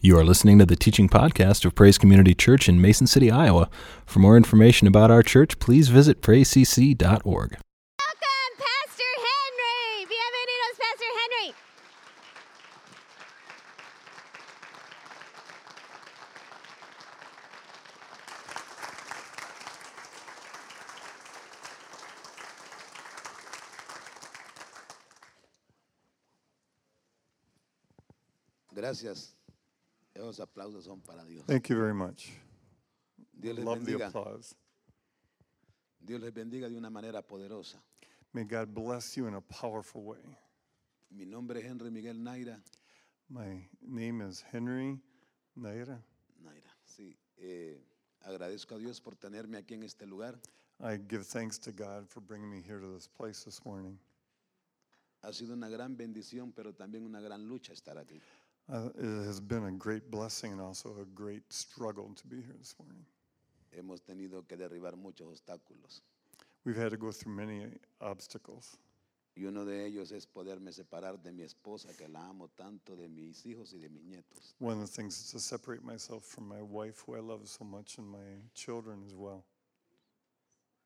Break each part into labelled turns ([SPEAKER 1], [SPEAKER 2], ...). [SPEAKER 1] You are listening to the teaching podcast of Praise Community Church in Mason City, Iowa. For more information about our church, please visit praisecc.org.
[SPEAKER 2] Welcome, Pastor Henry. Bienvenidos, Pastor Henry.
[SPEAKER 3] Gracias. Esos aplausos son para Dios.
[SPEAKER 4] Thank you very much.
[SPEAKER 3] Dios les
[SPEAKER 4] Love the
[SPEAKER 3] bendiga.
[SPEAKER 4] applause.
[SPEAKER 3] Dios les bendiga de una manera poderosa.
[SPEAKER 4] May God bless you in a powerful way.
[SPEAKER 3] Mi nombre es Henry Miguel Naira.
[SPEAKER 4] My name is Henry Naira.
[SPEAKER 3] Naira, sí. eh, agradezco a Dios por tenerme aquí en este lugar.
[SPEAKER 4] I give thanks to God for bringing me here to this place this morning.
[SPEAKER 3] Ha sido una gran bendición, pero también una gran lucha estar aquí.
[SPEAKER 4] Uh, it has been a great blessing and also a great struggle to be here this morning.
[SPEAKER 3] Hemos tenido que derribar muchos obstáculos.
[SPEAKER 4] We've had to go through many obstacles,
[SPEAKER 3] Y uno de ellos es poderme separar de mi esposa, que la amo tanto, de mis hijos y de mis nietos.
[SPEAKER 4] one of the things is to separate myself from my wife, who I love so much, and my children as well.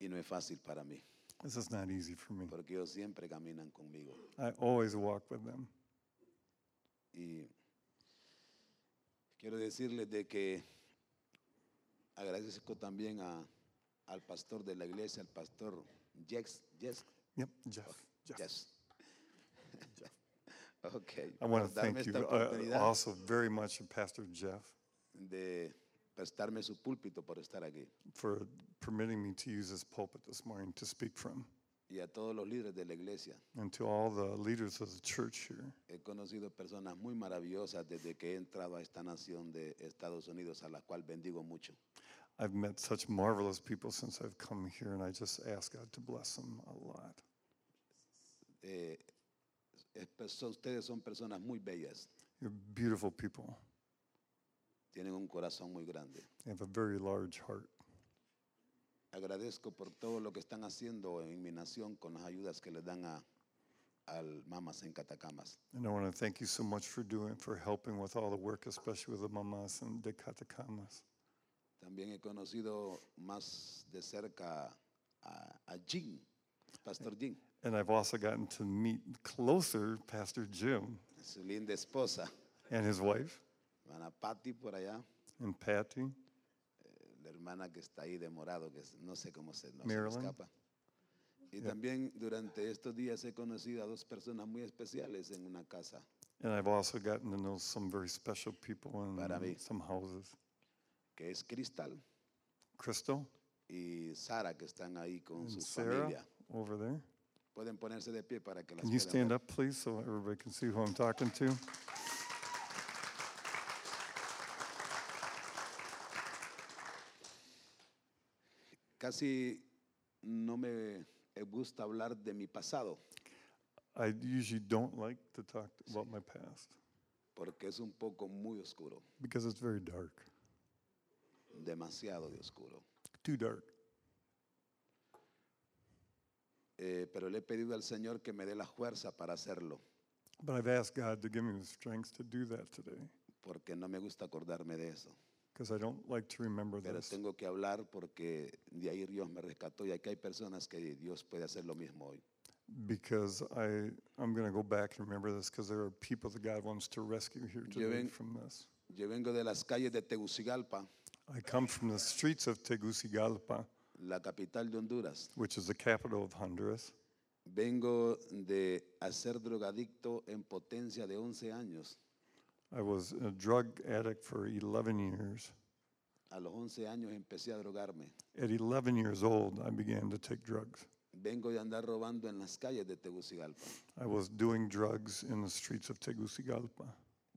[SPEAKER 3] Y no es fácil para mí,
[SPEAKER 4] This is not easy for me.
[SPEAKER 3] porque ellos siempre caminan conmigo.
[SPEAKER 4] I always walk with them.
[SPEAKER 3] Y quiero decirles de que agradezco también a- al pastor de la iglesia, al pastor Jex. Jex,
[SPEAKER 4] Yep, Jeff. Jeff.
[SPEAKER 3] Jex. ok.
[SPEAKER 4] I want
[SPEAKER 3] por
[SPEAKER 4] to
[SPEAKER 3] darme
[SPEAKER 4] Ah, thank you
[SPEAKER 3] esta
[SPEAKER 4] uh,
[SPEAKER 3] oportunidad
[SPEAKER 4] also very much, Pastor Jeff,
[SPEAKER 3] de prestarme su púlpito por estar aquí.
[SPEAKER 4] for permitting me to use this pulpit this morning to speak from.
[SPEAKER 3] Y a todos los líderes de la iglesia.
[SPEAKER 4] And to all the leaders of the church here,
[SPEAKER 3] He conocido personas muy maravillosas desde que he entrado a esta nación de Estados Unidos, a la cual bendigo mucho.
[SPEAKER 4] I've met such marvelous people since I've come here, and I just ask God to bless them a lot.
[SPEAKER 3] Eh, es perso- ustedes son personas muy bellas.
[SPEAKER 4] You're beautiful people.
[SPEAKER 3] tienen un corazón muy grande.
[SPEAKER 4] You have a very large heart.
[SPEAKER 3] Agradezco por todo lo que están haciendo en mi nación con las ayudas que le dan a, al Mamas en Catacamas.
[SPEAKER 4] And I want to thank you so much for doing, for helping with all the work, especially with the mamas and the katakamas.
[SPEAKER 3] También he conocido más de cerca a, a Jim, Pastor Jim,
[SPEAKER 4] And I've also gotten to meet closer Pastor Jim
[SPEAKER 3] su linda esposa,
[SPEAKER 4] and his wife
[SPEAKER 3] hermana Patty por allá,
[SPEAKER 4] and Patty.
[SPEAKER 3] la hermana que está ahí de morado, que es- no sé cómo se, no se me
[SPEAKER 4] Marilyn.
[SPEAKER 3] escapa. Y también durante estos días he conocido a dos personas muy especiales en una casa.
[SPEAKER 4] And I've also gotten to know some very special people in
[SPEAKER 3] Para mí.
[SPEAKER 4] some houses.
[SPEAKER 3] que es Cristal
[SPEAKER 4] Crystal
[SPEAKER 3] y Sara, que están ahí con
[SPEAKER 4] and
[SPEAKER 3] su
[SPEAKER 4] Sarah
[SPEAKER 3] familia.
[SPEAKER 4] over there.
[SPEAKER 3] Pueden ponerse de pie para que las
[SPEAKER 4] Can you
[SPEAKER 3] puedan
[SPEAKER 4] stand
[SPEAKER 3] ver.
[SPEAKER 4] up, please, so everybody can see who I'm talking to?
[SPEAKER 3] Casi no me gusta hablar de mi pasado,
[SPEAKER 4] I usually don't like to talk about my past
[SPEAKER 3] porque es un poco muy oscuro,
[SPEAKER 4] because it's very dark,
[SPEAKER 3] demasiado de oscuro.
[SPEAKER 4] too dark.
[SPEAKER 3] Eh, pero le he pedido al Señor que me dé la fuerza para hacerlo,
[SPEAKER 4] But I've asked God to give me the strength to do that today
[SPEAKER 3] porque no me gusta acordarme de eso.
[SPEAKER 4] because I don't like to remember
[SPEAKER 3] Pero
[SPEAKER 4] this.
[SPEAKER 3] tengo que hablar porque de ahí Dios me rescató y aquí hay personas que Dios puede hacer lo mismo hoy.
[SPEAKER 4] Because I, I'm going to go back and remember this because there are people that God wants to rescue here today
[SPEAKER 3] ven-
[SPEAKER 4] from this.
[SPEAKER 3] Yo vengo de las calles de Tegucigalpa,
[SPEAKER 4] I come from the streets of Tegucigalpa.
[SPEAKER 3] la capital de Honduras.
[SPEAKER 4] which is the capital of Honduras.
[SPEAKER 3] Vengo de hacer drogadicto en potencia de 11 años.
[SPEAKER 4] I was a drug addict for 11 years.
[SPEAKER 3] A los 11 años empecé a drogarme.
[SPEAKER 4] At 11 years old, I began to take drugs.
[SPEAKER 3] Vengo de andar robando en las calles de Tegucigalpa.
[SPEAKER 4] I was doing drugs in the streets of Tegucigalpa.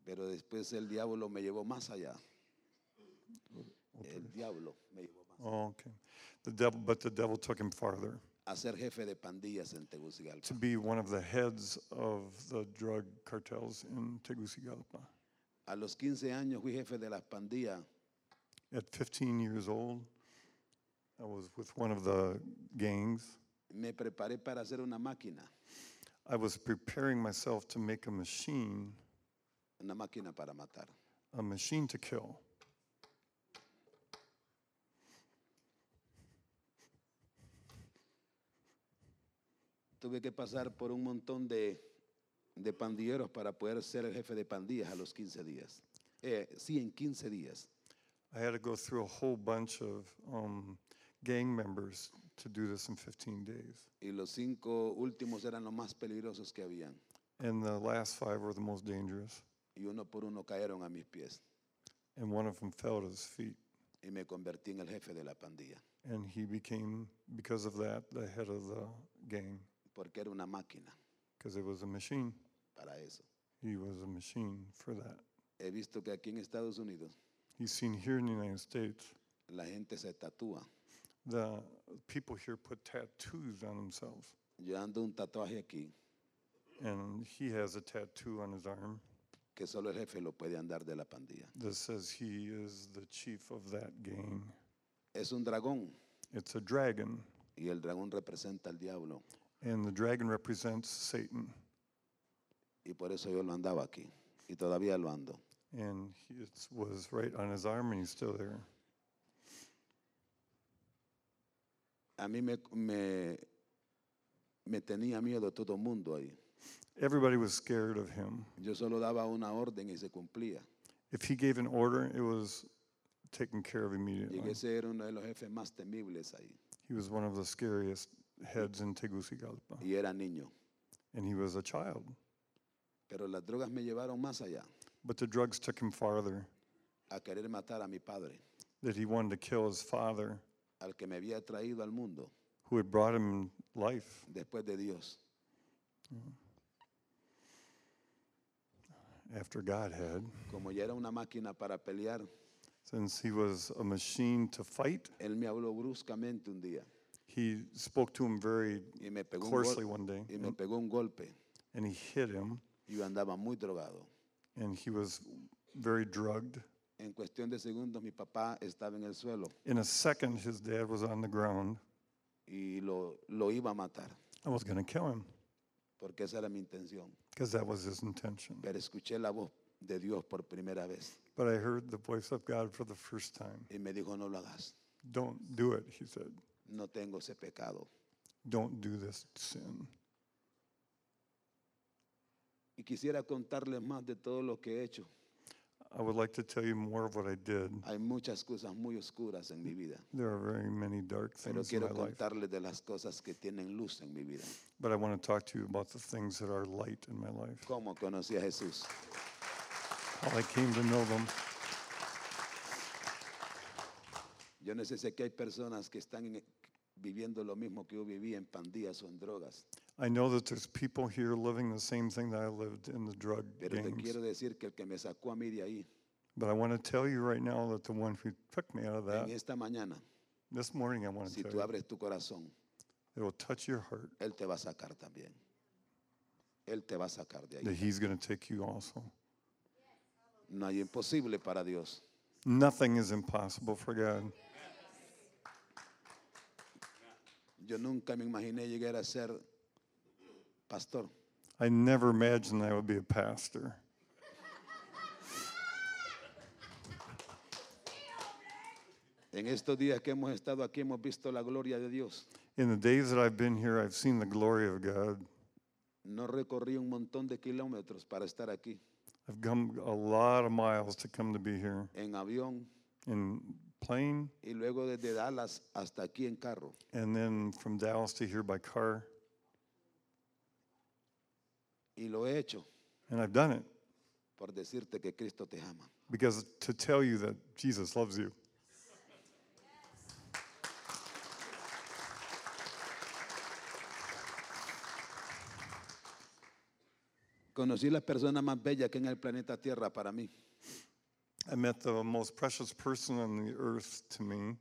[SPEAKER 3] Pero después el diablo me llevó más allá. El diablo me llevó más.
[SPEAKER 4] Oh, okay. The devil, but the devil took him farther
[SPEAKER 3] A ser jefe de pandillas en Tegucigalpa.
[SPEAKER 4] to be one of the heads of the drug cartels in Tegucigalpa.
[SPEAKER 3] A los 15 años fui jefe de las pandillas
[SPEAKER 4] At 15 years old, I was with one of the gangs.
[SPEAKER 3] Me preparé para hacer una máquina,
[SPEAKER 4] I was preparing myself to make a machine,
[SPEAKER 3] una máquina para matar.
[SPEAKER 4] a machine to kill.
[SPEAKER 3] Tuve que pasar por un montón de, de pandilleros para poder ser el jefe de pandillas a los 15 días. Eh, sí, en 15 días.
[SPEAKER 4] I had to go through a whole bunch of um, gang members to do this in 15 days.
[SPEAKER 3] Y los cinco últimos eran los más peligrosos que habían.
[SPEAKER 4] And the last five were the most dangerous.
[SPEAKER 3] Y uno por uno cayeron a mis pies.
[SPEAKER 4] And one of them fell at his feet.
[SPEAKER 3] Y me convertí en el jefe de la pandilla.
[SPEAKER 4] And he became, because of that, the head of the gang,
[SPEAKER 3] Porque era una máquina
[SPEAKER 4] because it was a machine.
[SPEAKER 3] para eso.
[SPEAKER 4] He was a machine for that.
[SPEAKER 3] He visto que aquí en Estados Unidos
[SPEAKER 4] He's seen here in the United States.
[SPEAKER 3] la gente se tatúa.
[SPEAKER 4] The people here put tattoos on themselves.
[SPEAKER 3] Yo ando un tatuaje aquí
[SPEAKER 4] And he has a tattoo on his arm
[SPEAKER 3] que solo el jefe lo puede andar de la pandilla.
[SPEAKER 4] that says he is the chief of that gang.
[SPEAKER 3] Es un dragón
[SPEAKER 4] It's a dragon,
[SPEAKER 3] y el dragón representa al diablo
[SPEAKER 4] and the dragon represents Satan.
[SPEAKER 3] y por eso yo lo andaba aquí y todavía lo ando.
[SPEAKER 4] And he it was right on his arm, and he's still there.
[SPEAKER 3] A mí me, me, me tenía miedo todo el mundo ahí.
[SPEAKER 4] Everybody was scared of him.
[SPEAKER 3] Yo solo daba una orden y se cumplía.
[SPEAKER 4] If he gave an order, it was taken care of
[SPEAKER 3] Y
[SPEAKER 4] immediately.
[SPEAKER 3] ese era uno de los jefes más temibles ahí.
[SPEAKER 4] He was one of the scariest heads in Tegucigalpa,
[SPEAKER 3] Y era niño.
[SPEAKER 4] and he was a child.
[SPEAKER 3] Pero las drogas me llevaron más allá,
[SPEAKER 4] But the drugs took him farther,
[SPEAKER 3] a querer matar a mi padre,
[SPEAKER 4] that he wanted to kill his father,
[SPEAKER 3] al que me había traído al mundo
[SPEAKER 4] who had brought him life.
[SPEAKER 3] después de Dios.
[SPEAKER 4] after God had.
[SPEAKER 3] Como ya era una máquina para pelear,
[SPEAKER 4] Since he was a machine to fight,
[SPEAKER 3] él me habló bruscamente un día
[SPEAKER 4] he spoke to him very
[SPEAKER 3] y me pegó, un, gol-
[SPEAKER 4] coarsely one day,
[SPEAKER 3] y me pegó un golpe.
[SPEAKER 4] and he hit him,
[SPEAKER 3] Yo andaba muy drogado.
[SPEAKER 4] and he was very drugged.
[SPEAKER 3] En cuestión de segundos mi papá estaba en el suelo
[SPEAKER 4] In a second, his dad was on the ground.
[SPEAKER 3] y lo, lo iba a matar,
[SPEAKER 4] I was going to kill him
[SPEAKER 3] porque esa era mi intención.
[SPEAKER 4] because that was his intention.
[SPEAKER 3] Pero escuché la voz de Dios por primera vez
[SPEAKER 4] But I heard the voice of God for the first time.
[SPEAKER 3] y me dijo, no lo hagas,
[SPEAKER 4] Don't do it, he said.
[SPEAKER 3] no tengo ese pecado.
[SPEAKER 4] Don't do this sin.
[SPEAKER 3] Y quisiera contarles más de todo lo que he hecho.
[SPEAKER 4] I would like to tell you more of what I did.
[SPEAKER 3] Hay muchas cosas muy oscuras en mi vida,
[SPEAKER 4] There are very many dark
[SPEAKER 3] pero
[SPEAKER 4] things in my
[SPEAKER 3] quiero
[SPEAKER 4] life,
[SPEAKER 3] contarles de las cosas que tienen luz en mi vida.
[SPEAKER 4] but I want to talk to you about the things that are light in my life.
[SPEAKER 3] ¿Cómo conocí a Jesús?
[SPEAKER 4] how I came to know them.
[SPEAKER 3] Yo no sé si aquí hay personas que están en- e, viviendo lo mismo que yo viví en pandillas o en drogas,
[SPEAKER 4] I know that there's people here living the same thing that I lived in the drug
[SPEAKER 3] pero te
[SPEAKER 4] gangs.
[SPEAKER 3] quiero decir que el que me sacó a mí de ahí,
[SPEAKER 4] But I want to tell you right now that the one who took me out of that,
[SPEAKER 3] en esta mañana,
[SPEAKER 4] this morning I want to
[SPEAKER 3] si
[SPEAKER 4] tell
[SPEAKER 3] tú
[SPEAKER 4] you,
[SPEAKER 3] abres tu corazón,
[SPEAKER 4] it will touch your heart
[SPEAKER 3] Él te va a sacar también. Él te va a sacar de
[SPEAKER 4] that
[SPEAKER 3] ahí.
[SPEAKER 4] he's going to take you also.
[SPEAKER 3] No hay imposible para Dios.
[SPEAKER 4] Nothing is impossible for God.
[SPEAKER 3] Yo nunca me imaginé llegar a ser pastor.
[SPEAKER 4] I never imagined I would be a pastor.
[SPEAKER 3] En estos días que hemos estado aquí hemos visto la gloria de Dios.
[SPEAKER 4] In the days that I've been here, I've seen the glory of God.
[SPEAKER 3] No recorrí un montón de kilómetros para estar aquí,
[SPEAKER 4] I've come a lot of miles to come to be here
[SPEAKER 3] en avión
[SPEAKER 4] in plane
[SPEAKER 3] y luego desde Dallas hasta aquí en carro.
[SPEAKER 4] and then from Dallas to here by car.
[SPEAKER 3] Y lo he hecho
[SPEAKER 4] And I've done it.
[SPEAKER 3] por decirte que Cristo te ama.
[SPEAKER 4] because to tell you that Jesus loves you.
[SPEAKER 3] Conocí la persona más bella que en el planeta Tierra para mí.
[SPEAKER 4] I met the most precious person on the earth to me,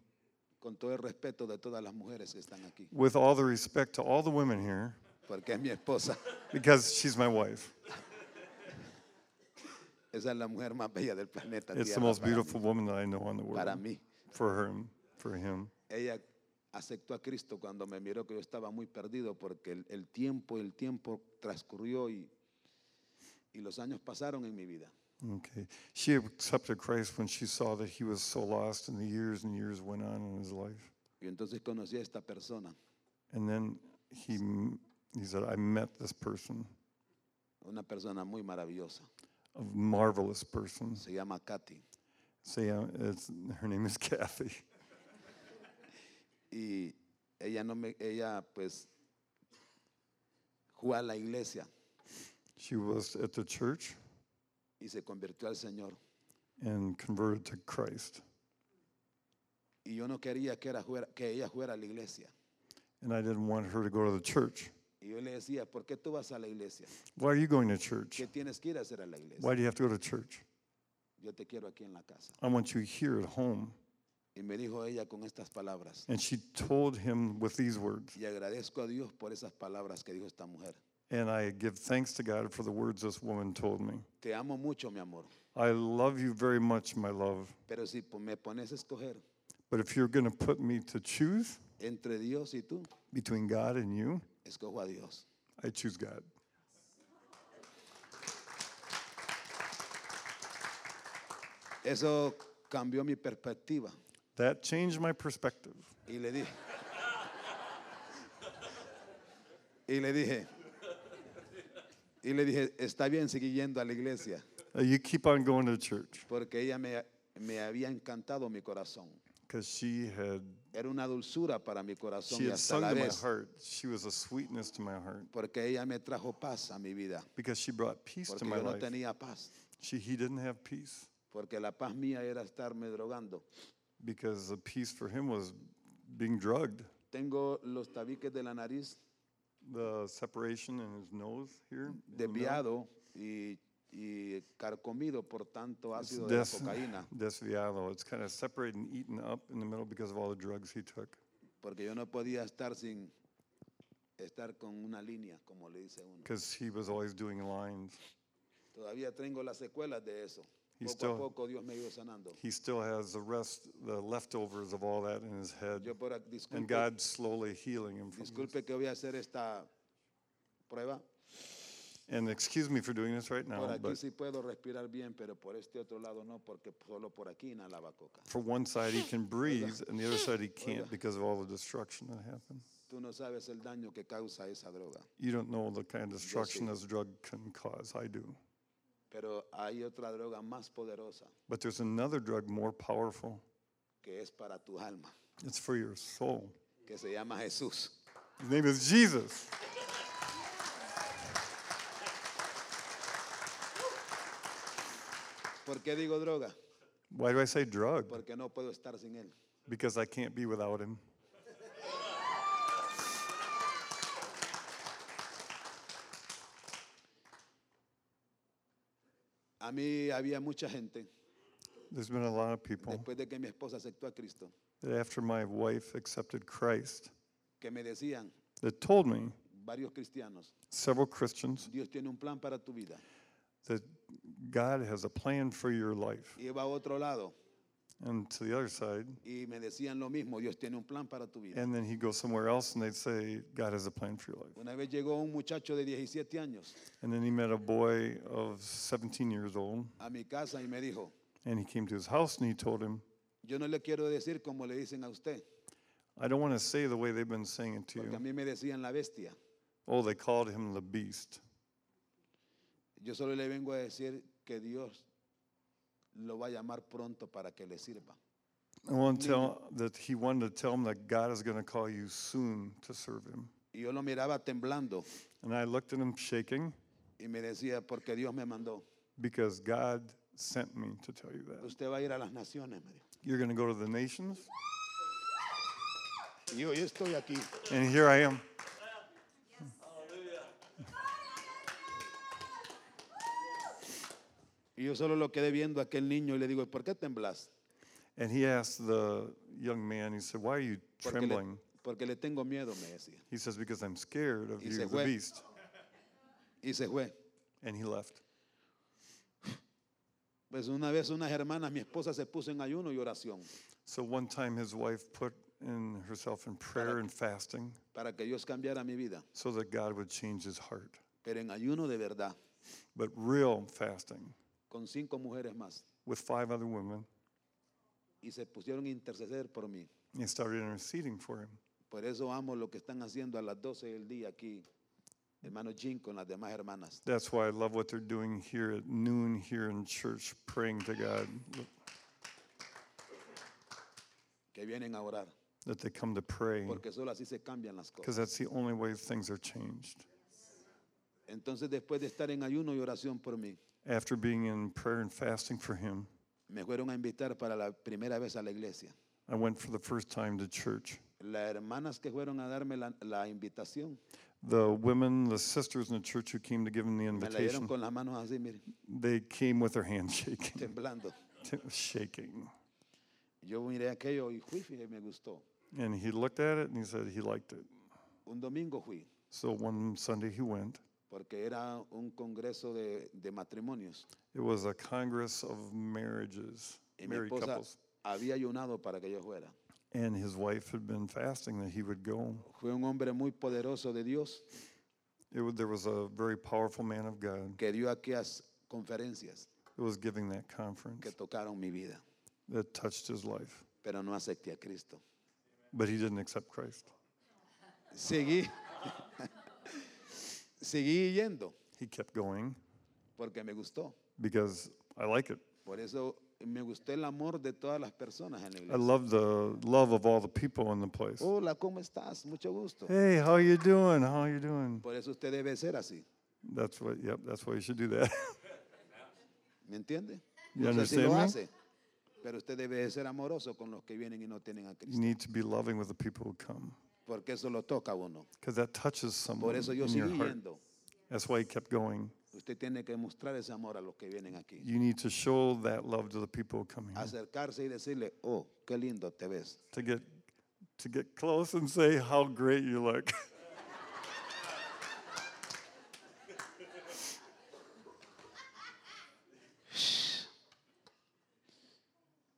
[SPEAKER 3] Con todo el respeto de todas las mujeres que están aquí,
[SPEAKER 4] with all the respect to all the women here,
[SPEAKER 3] porque es mi esposa.
[SPEAKER 4] because she's my wife.
[SPEAKER 3] Esa es la mujer más bella del planeta
[SPEAKER 4] It's
[SPEAKER 3] Tierra.
[SPEAKER 4] the most
[SPEAKER 3] para mí,
[SPEAKER 4] beautiful woman that I know in the world.
[SPEAKER 3] Para mí,
[SPEAKER 4] For her, for him.
[SPEAKER 3] ella aceptó a Cristo cuando me miró que yo estaba muy perdido porque el, el tiempo, el tiempo transcurrió y, y los años pasaron en mi vida.
[SPEAKER 4] Okay. She accepted Christ when she saw that he was so lost, and the years and years went on in his life.
[SPEAKER 3] Y entonces conocí a esta persona,
[SPEAKER 4] And then he m- he said, "I met this person,
[SPEAKER 3] una persona muy maravillosa.
[SPEAKER 4] a marvelous person.
[SPEAKER 3] Se llama Katy.
[SPEAKER 4] Say, uh, it's, her name is Kathy."
[SPEAKER 3] Y ella no me, ella pues jugó a la iglesia
[SPEAKER 4] She was at the church
[SPEAKER 3] y se convirtió al Señor.
[SPEAKER 4] and converted to Christ.
[SPEAKER 3] Y yo no quería que, era fuera- que ella fuera a la iglesia.
[SPEAKER 4] And I didn't want her to go to the church.
[SPEAKER 3] Y yo le decía, ¿por qué tú vas a la iglesia?
[SPEAKER 4] Why are you going to church?
[SPEAKER 3] ¿Qué tienes que ir a hacer a la iglesia?
[SPEAKER 4] Why do you have to go to church?
[SPEAKER 3] Yo te quiero aquí en la casa.
[SPEAKER 4] I want you here at home.
[SPEAKER 3] Y me dijo ella con estas palabras.
[SPEAKER 4] And she told him with these words.
[SPEAKER 3] Y agradezco a Dios por esas palabras que dijo esta mujer.
[SPEAKER 4] And I give thanks to God for the words this woman told me.
[SPEAKER 3] Te amo mucho, mi amor.
[SPEAKER 4] I love you very much, my love.
[SPEAKER 3] Pero si po- me pones a escoger
[SPEAKER 4] But if you're going to put me to choose
[SPEAKER 3] entre Dios y tú,
[SPEAKER 4] between God and you,
[SPEAKER 3] escojo a Dios.
[SPEAKER 4] I choose God.
[SPEAKER 3] Eso cambió mi perspectiva.
[SPEAKER 4] That changed my perspective.
[SPEAKER 3] Y le dije. y le dije. Y le dije, está bien seguir yendo a la iglesia.
[SPEAKER 4] Uh, You keep on going to church
[SPEAKER 3] Porque ella me, me había encantado mi corazón.
[SPEAKER 4] because she had
[SPEAKER 3] Era una dulzura para mi corazón
[SPEAKER 4] she
[SPEAKER 3] y
[SPEAKER 4] had
[SPEAKER 3] hasta
[SPEAKER 4] sung
[SPEAKER 3] la
[SPEAKER 4] to my
[SPEAKER 3] vez.
[SPEAKER 4] heart. She was a sweetness to my heart
[SPEAKER 3] Porque ella me trajo paz a mi vida.
[SPEAKER 4] because she brought peace to
[SPEAKER 3] Porque
[SPEAKER 4] my
[SPEAKER 3] yo no
[SPEAKER 4] life.
[SPEAKER 3] tenía paz.
[SPEAKER 4] She he didn't have peace
[SPEAKER 3] Porque la paz mía era estarme drogando.
[SPEAKER 4] because the peace for him was being drugged.
[SPEAKER 3] Tengo los tabiques de la nariz
[SPEAKER 4] The separation in his nose here. in the middle.
[SPEAKER 3] desviado y, y carcomido por tanto
[SPEAKER 4] It's
[SPEAKER 3] ácido de la
[SPEAKER 4] des-
[SPEAKER 3] cocaína.
[SPEAKER 4] Desviado. It's kind of separated and eaten up in the middle because of all the drugs he took.
[SPEAKER 3] Porque yo no podía estar sin estar con una línea, como le dice uno.
[SPEAKER 4] because he was always doing lines.
[SPEAKER 3] Todavía tengo las secuelas de eso. Poco
[SPEAKER 4] He's
[SPEAKER 3] a
[SPEAKER 4] still-
[SPEAKER 3] poco Dios me ha ido sanando.
[SPEAKER 4] He still has the rest, the leftovers of all that in his head,
[SPEAKER 3] Yo por ac-
[SPEAKER 4] and
[SPEAKER 3] disculpe,
[SPEAKER 4] God's slowly healing him. From this.
[SPEAKER 3] disculpe que voy a hacer esta prueba.
[SPEAKER 4] And excuse me for doing this right
[SPEAKER 3] Por
[SPEAKER 4] now,
[SPEAKER 3] aquí
[SPEAKER 4] but
[SPEAKER 3] sí puedo respirar bien, pero por este otro lado no, porque solo por aquí inhalaba coca.
[SPEAKER 4] for one side he can breathe, and the other side he can't because of all the destruction that happened.
[SPEAKER 3] Tú no sabes el daño que causa esa droga.
[SPEAKER 4] You don't know the kind of destruction this drug can cause. I do,
[SPEAKER 3] Pero hay otra droga más poderosa
[SPEAKER 4] but there's another drug more powerful.
[SPEAKER 3] que es para tu alma,
[SPEAKER 4] It's for your soul.
[SPEAKER 3] que se llama Jesús.
[SPEAKER 4] His name is Jesus.
[SPEAKER 3] ¿Por qué digo droga?
[SPEAKER 4] Why do I say drug?
[SPEAKER 3] Porque no puedo estar sin Él.
[SPEAKER 4] Because I can't be without him.
[SPEAKER 3] A mí había mucha gente,
[SPEAKER 4] There's been a lot of people
[SPEAKER 3] después de que mi esposa aceptó a Cristo,
[SPEAKER 4] that after my wife accepted Christ,
[SPEAKER 3] que me decían,
[SPEAKER 4] that told me,
[SPEAKER 3] varios cristianos,
[SPEAKER 4] several Christians,
[SPEAKER 3] Dios tiene un plan para tu vida.
[SPEAKER 4] that God has a plan for your life.
[SPEAKER 3] Iba a otro lado
[SPEAKER 4] And to the other side,
[SPEAKER 3] y me decían lo mismo, Dios tiene un plan para tu vida.
[SPEAKER 4] and then he goes somewhere else and they'd say, God has a plan for your life.
[SPEAKER 3] Una vez llegó un muchacho de 17 años
[SPEAKER 4] And then he met a boy of 17 years old,
[SPEAKER 3] a mi casa y me dijo,
[SPEAKER 4] and he came to his house and he told him,
[SPEAKER 3] yo no le quiero decir como le dicen a usted,
[SPEAKER 4] I don't want to say the way they've been saying it to
[SPEAKER 3] porque a
[SPEAKER 4] you.
[SPEAKER 3] mí me decían la bestia.
[SPEAKER 4] Oh, they called him the beast.
[SPEAKER 3] Yo solo le vengo a decir que Dios lo va a llamar pronto para que le sirva.
[SPEAKER 4] I want to tell that he wanted to tell him that God is going to call you soon to serve him.
[SPEAKER 3] Y yo lo miraba temblando
[SPEAKER 4] And I looked at him shaking
[SPEAKER 3] y me decía, porque Dios me mandó.
[SPEAKER 4] because God sent me to tell you that.
[SPEAKER 3] Usted va a ir a las naciones, me dijo.
[SPEAKER 4] You're going to go to the nations,
[SPEAKER 3] Y yo, yo estoy aquí.
[SPEAKER 4] and here I am.
[SPEAKER 3] Y yo solo lo quedé viendo a aquel niño y le digo, ¿por qué temblas?
[SPEAKER 4] And he asked the young man, he said, Why are you
[SPEAKER 3] Porque le-
[SPEAKER 4] trembling?
[SPEAKER 3] porque le tengo miedo, me decía.
[SPEAKER 4] He says, Because I'm scared of
[SPEAKER 3] Y
[SPEAKER 4] you,
[SPEAKER 3] se
[SPEAKER 4] the
[SPEAKER 3] fue.
[SPEAKER 4] beast.
[SPEAKER 3] Y se fue.
[SPEAKER 4] And he left.
[SPEAKER 3] Pues una vez unas hermanas, mi esposa se puso en ayuno y oración
[SPEAKER 4] So one time his wife put in herself in prayer and fasting
[SPEAKER 3] para que Dios cambiara mi vida,
[SPEAKER 4] so that God would change his heart.
[SPEAKER 3] pero en ayuno de verdad,
[SPEAKER 4] But real fasting,
[SPEAKER 3] con cinco mujeres más
[SPEAKER 4] with five other women
[SPEAKER 3] y se pusieron a interceder por mí.
[SPEAKER 4] and started interceding for him.
[SPEAKER 3] Por eso amo lo que están haciendo a las 12 del día aquí, hermano Jim, con las demás hermanas.
[SPEAKER 4] That's why I love what they're doing here at noon here in church, praying to God look,
[SPEAKER 3] que vienen a orar,
[SPEAKER 4] that they come to pray,
[SPEAKER 3] porque solo así se cambian las cosas.
[SPEAKER 4] because that's the only way things are changed.
[SPEAKER 3] Entonces, después de estar en ayuno y oración por mí,
[SPEAKER 4] After being in prayer and fasting for him,
[SPEAKER 3] me fueron a invitar para la primera vez a la iglesia.
[SPEAKER 4] I went for the first time to church.
[SPEAKER 3] Las hermanas que fueron a darme la, la invitación
[SPEAKER 4] The women, the sisters in the church who came to give him the
[SPEAKER 3] me la dieron
[SPEAKER 4] invitation,
[SPEAKER 3] con las manos así, miren,
[SPEAKER 4] they came with their hands shaking,
[SPEAKER 3] temblando.
[SPEAKER 4] shaking.
[SPEAKER 3] Yo miré aquello y fui, fíjate, me gustó.
[SPEAKER 4] And he looked at it and he said he liked it.
[SPEAKER 3] Un domingo fui,
[SPEAKER 4] So one Sunday he went.
[SPEAKER 3] porque era un congreso de, de matrimonios.
[SPEAKER 4] It was a congress of marriages,
[SPEAKER 3] Y mi
[SPEAKER 4] married
[SPEAKER 3] esposa
[SPEAKER 4] couples.
[SPEAKER 3] había ayunado para que yo fuera.
[SPEAKER 4] And his wife had been fasting that he would go.
[SPEAKER 3] Fue un hombre muy poderoso de Dios
[SPEAKER 4] It wa- there was a very powerful man of God
[SPEAKER 3] que dio aquellas conferencias
[SPEAKER 4] who was giving that
[SPEAKER 3] que
[SPEAKER 4] conference
[SPEAKER 3] tocaron mi vida,
[SPEAKER 4] that touched his life,
[SPEAKER 3] pero no acepté a Cristo.
[SPEAKER 4] but he didn't accept Christ.
[SPEAKER 3] Seguí, seguí yendo
[SPEAKER 4] He kept going
[SPEAKER 3] porque me gustó.
[SPEAKER 4] because I like it.
[SPEAKER 3] Por eso me gustó el amor de todas las personas en la
[SPEAKER 4] I
[SPEAKER 3] iglesia.
[SPEAKER 4] love the love of all the people in the place.
[SPEAKER 3] Hola, ¿cómo estás? Mucho gusto.
[SPEAKER 4] Hey, how you doing? How you doing?
[SPEAKER 3] Por eso usted debe ser así.
[SPEAKER 4] That's what. Yep, that's why you should do that.
[SPEAKER 3] ¿Me entiende?
[SPEAKER 4] You
[SPEAKER 3] No sé si
[SPEAKER 4] understand
[SPEAKER 3] lo
[SPEAKER 4] me?
[SPEAKER 3] hace, pero usted debe ser amoroso con los que vienen y no tienen a
[SPEAKER 4] you
[SPEAKER 3] Cristo.
[SPEAKER 4] need to be loving with the people who come
[SPEAKER 3] Porque eso lo toca a uno.
[SPEAKER 4] because that touches someone
[SPEAKER 3] Por eso yo
[SPEAKER 4] in your
[SPEAKER 3] seguí
[SPEAKER 4] heart.
[SPEAKER 3] yendo.
[SPEAKER 4] That's why he kept going.
[SPEAKER 3] Usted tiene que mostrar ese amor a los que vienen aquí.
[SPEAKER 4] You need to show that love to the people who come here.
[SPEAKER 3] Acercarse y decirle, oh, qué lindo te ves.
[SPEAKER 4] to get to get close and say how great you look.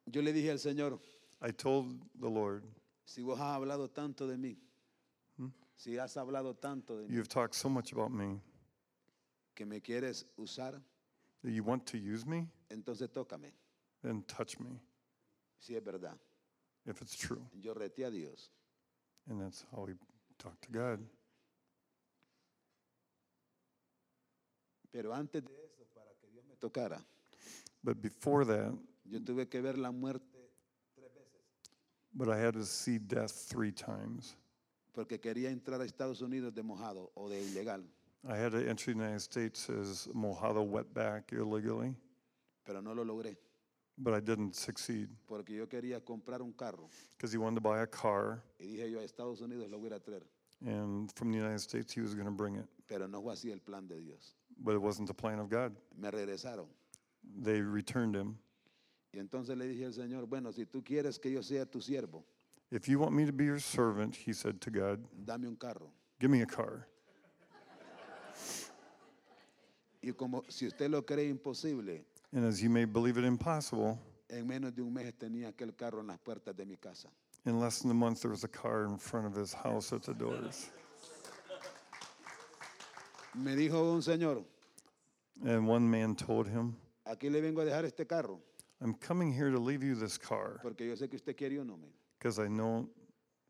[SPEAKER 3] Yo le dije al Señor,
[SPEAKER 4] I told the Lord,
[SPEAKER 3] si vos has hablado tanto de mí, si has hablado tanto de mí,
[SPEAKER 4] you've talked so much about me
[SPEAKER 3] que me quieres usar,
[SPEAKER 4] that you want to use me,
[SPEAKER 3] entonces tócame,
[SPEAKER 4] then touch me
[SPEAKER 3] si es verdad.
[SPEAKER 4] if it's true.
[SPEAKER 3] Yo reté a Dios.
[SPEAKER 4] And that's how we talk to God.
[SPEAKER 3] Pero antes de eso, para que Dios me tocara,
[SPEAKER 4] But before that,
[SPEAKER 3] yo tuve que ver la muerte tres veces,
[SPEAKER 4] but I had to see death three times.
[SPEAKER 3] porque quería entrar a Estados Unidos de mojado o de ilegal,
[SPEAKER 4] I had to enter the United States as Mojado wetback illegally,
[SPEAKER 3] pero no lo logré,
[SPEAKER 4] but I didn't succeed
[SPEAKER 3] porque yo quería comprar un carro.
[SPEAKER 4] because he wanted to buy a car,
[SPEAKER 3] Y dije yo a Estados Unidos lo voy a ir a traer,
[SPEAKER 4] and from the United States he was going to bring it.
[SPEAKER 3] pero no fue así el plan de Dios.
[SPEAKER 4] But it wasn't the plan of God.
[SPEAKER 3] Me regresaron.
[SPEAKER 4] They returned him.
[SPEAKER 3] Y entonces le dije al Señor, bueno, si tú quieres que yo sea tu siervo,
[SPEAKER 4] If you want me to be your servant, he said to God,
[SPEAKER 3] dame un carro.
[SPEAKER 4] give me a car.
[SPEAKER 3] Y como si usted lo cree imposible,
[SPEAKER 4] And as you may believe it impossible,
[SPEAKER 3] en menos de un mes tenía aquel carro en las puertas de mi casa.
[SPEAKER 4] in less than a month there was a car in front of his house at the doors.
[SPEAKER 3] Me dijo un señor,
[SPEAKER 4] And one man told him,
[SPEAKER 3] aquí le vengo a dejar este carro,
[SPEAKER 4] I'm coming here to leave you this car
[SPEAKER 3] porque yo sé que usted quiere uno, men,
[SPEAKER 4] because I know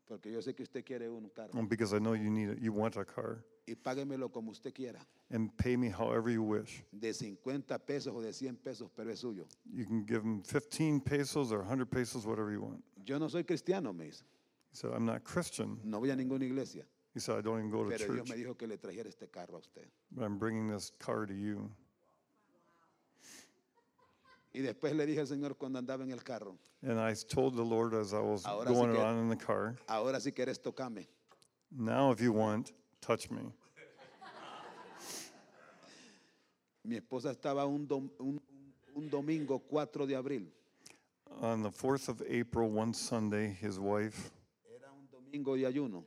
[SPEAKER 3] porque yo sé que usted quiere un carro.
[SPEAKER 4] because I know you need it. You want a car.
[SPEAKER 3] Y páguemelo como usted quiera,
[SPEAKER 4] And pay me however you wish.
[SPEAKER 3] de 50 pesos o de 100 pesos, pero es suyo.
[SPEAKER 4] You can give him 15 pesos or 100 pesos, whatever you want.
[SPEAKER 3] Yo no soy cristiano, me dice,
[SPEAKER 4] He said, I'm not Christian.
[SPEAKER 3] no voy a ninguna iglesia,
[SPEAKER 4] He said, I don't even go to
[SPEAKER 3] pero Dios
[SPEAKER 4] church,
[SPEAKER 3] me dijo que le trajera este carro a usted.
[SPEAKER 4] but I'm bringing this car to you.
[SPEAKER 3] Y después le dije al Señor cuando andaba en el carro,
[SPEAKER 4] And I told the Lord as I was
[SPEAKER 3] Ahora sí
[SPEAKER 4] going
[SPEAKER 3] que-
[SPEAKER 4] on in the car,
[SPEAKER 3] ahora si quieres tocame.
[SPEAKER 4] Now, if you want, touch me.
[SPEAKER 3] Mi esposa estaba un, dom- un- un domingo 4 de abril.
[SPEAKER 4] On the 4th of April, one Sunday, his wife,
[SPEAKER 3] Era un domingo de ayuno,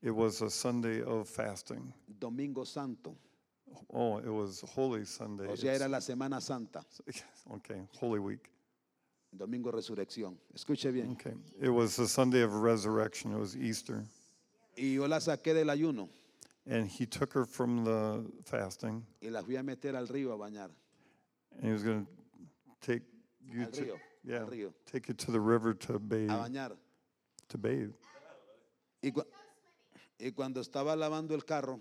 [SPEAKER 4] it was a Sunday of fasting.
[SPEAKER 3] domingo santo.
[SPEAKER 4] Oh, it was Holy Sunday.
[SPEAKER 3] O sea, era
[SPEAKER 4] It's-
[SPEAKER 3] la Semana Santa,
[SPEAKER 4] okay, Holy Week.
[SPEAKER 3] domingo resurrección. Escuche bien.
[SPEAKER 4] Okay. It was the Sunday of resurrection. It was Easter.
[SPEAKER 3] Y yo la saqué del ayuno
[SPEAKER 4] And he took her from the fasting
[SPEAKER 3] y la fui a meter al río a bañar.
[SPEAKER 4] and he was going to take you
[SPEAKER 3] Al
[SPEAKER 4] to
[SPEAKER 3] río,
[SPEAKER 4] yeah,
[SPEAKER 3] al río.
[SPEAKER 4] take you to the river to bathe
[SPEAKER 3] a bañar.
[SPEAKER 4] to bathe.
[SPEAKER 3] Y, cua- y cuando estaba lavando el carro,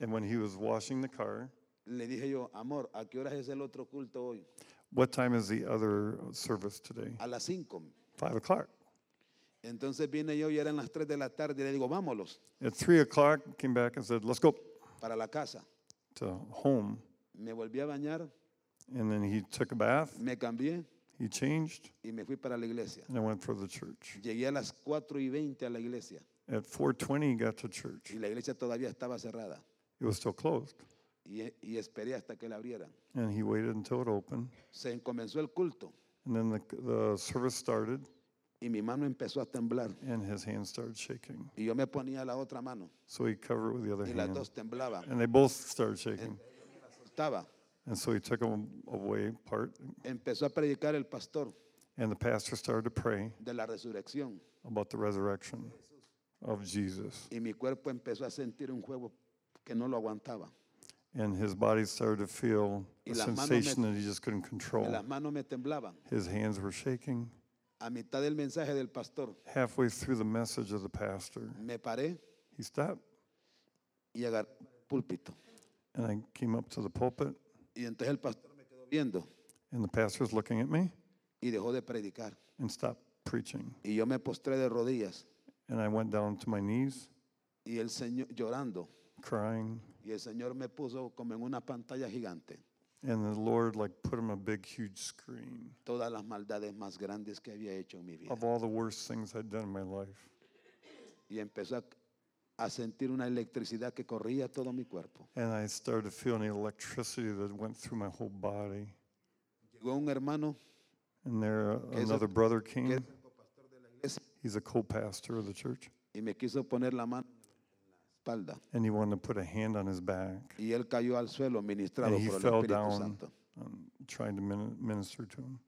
[SPEAKER 4] And when he was washing the car,
[SPEAKER 3] le dije yo, amor, ¿a qué horas es el otro culto hoy?
[SPEAKER 4] what time is the other service today?
[SPEAKER 3] A las 5.
[SPEAKER 4] Five o'clock.
[SPEAKER 3] Entonces vine yo y eran las 3 de la tarde y le digo, vámonos
[SPEAKER 4] At three o'clock, came back and said, "Let's go
[SPEAKER 3] para la casa.
[SPEAKER 4] to home."
[SPEAKER 3] Me volví a bañar,
[SPEAKER 4] And then he took a bath.
[SPEAKER 3] me cambié
[SPEAKER 4] He changed,
[SPEAKER 3] y me fui para la iglesia.
[SPEAKER 4] and I went for the church.
[SPEAKER 3] Llegué a las 4 y 20 a la iglesia
[SPEAKER 4] At 4:20, he got to church.
[SPEAKER 3] y la iglesia todavía estaba cerrada
[SPEAKER 4] It was still closed,
[SPEAKER 3] y, y esperé hasta que la abrieran.
[SPEAKER 4] and he waited until it opened.
[SPEAKER 3] Se comenzó el culto
[SPEAKER 4] And then the, the service started,
[SPEAKER 3] y mi mano empezó a temblar
[SPEAKER 4] and his hand started shaking.
[SPEAKER 3] y yo me ponía la otra mano
[SPEAKER 4] So he covered it with the other
[SPEAKER 3] y las
[SPEAKER 4] hand,
[SPEAKER 3] dos Eh. temblaban.
[SPEAKER 4] and they both started shaking.
[SPEAKER 3] Estaba.
[SPEAKER 4] And so he took them away apart,
[SPEAKER 3] Empezó a predicar el pastor
[SPEAKER 4] and the pastor started to pray
[SPEAKER 3] de la resurrección
[SPEAKER 4] about the resurrection of Jesus.
[SPEAKER 3] y mi cuerpo empezó a sentir un juego que no lo aguantaba.
[SPEAKER 4] And his body started to feel
[SPEAKER 3] Y
[SPEAKER 4] a
[SPEAKER 3] las manos me-
[SPEAKER 4] sensation that he just couldn't
[SPEAKER 3] Me-
[SPEAKER 4] control.
[SPEAKER 3] Las manos me temblaban.
[SPEAKER 4] His hands were shaking.
[SPEAKER 3] A mitad del mensaje del pastor
[SPEAKER 4] Halfway through the message of the pastor,
[SPEAKER 3] me paré
[SPEAKER 4] he stopped,
[SPEAKER 3] y agarré el púlpito.
[SPEAKER 4] and I came up to the pulpit,
[SPEAKER 3] Y entonces el pastor me quedó viendo
[SPEAKER 4] and the pastor's looking at me
[SPEAKER 3] y dejó de predicar.
[SPEAKER 4] and stopped preaching.
[SPEAKER 3] Y yo me postré de rodillas
[SPEAKER 4] And I went down to my knees,
[SPEAKER 3] y el Señor llorando.
[SPEAKER 4] crying,
[SPEAKER 3] Y el Señor me puso como en una pantalla gigante
[SPEAKER 4] and the Lord like put him a big, huge screen
[SPEAKER 3] todas las maldades más grandes que había hecho en mi vida.
[SPEAKER 4] of all the worst things I'd done in my life.
[SPEAKER 3] Y empezó a, a sentir una electricidad que corría todo mi cuerpo.
[SPEAKER 4] And I started feeling the electricity that went through my whole body.
[SPEAKER 3] Llegó un hermano
[SPEAKER 4] And there, uh,
[SPEAKER 3] es el-
[SPEAKER 4] another brother
[SPEAKER 3] que es
[SPEAKER 4] came.
[SPEAKER 3] el pastor de la iglesia
[SPEAKER 4] He's a co-pastor of the church,
[SPEAKER 3] y me quiso poner la mano en la espalda.
[SPEAKER 4] and he wanted to put a hand on his back,
[SPEAKER 3] Y él cayó al suelo ministrado
[SPEAKER 4] And he
[SPEAKER 3] por el
[SPEAKER 4] fell
[SPEAKER 3] Espíritu
[SPEAKER 4] down.
[SPEAKER 3] Santo.
[SPEAKER 4] um, trying to min- minister to him.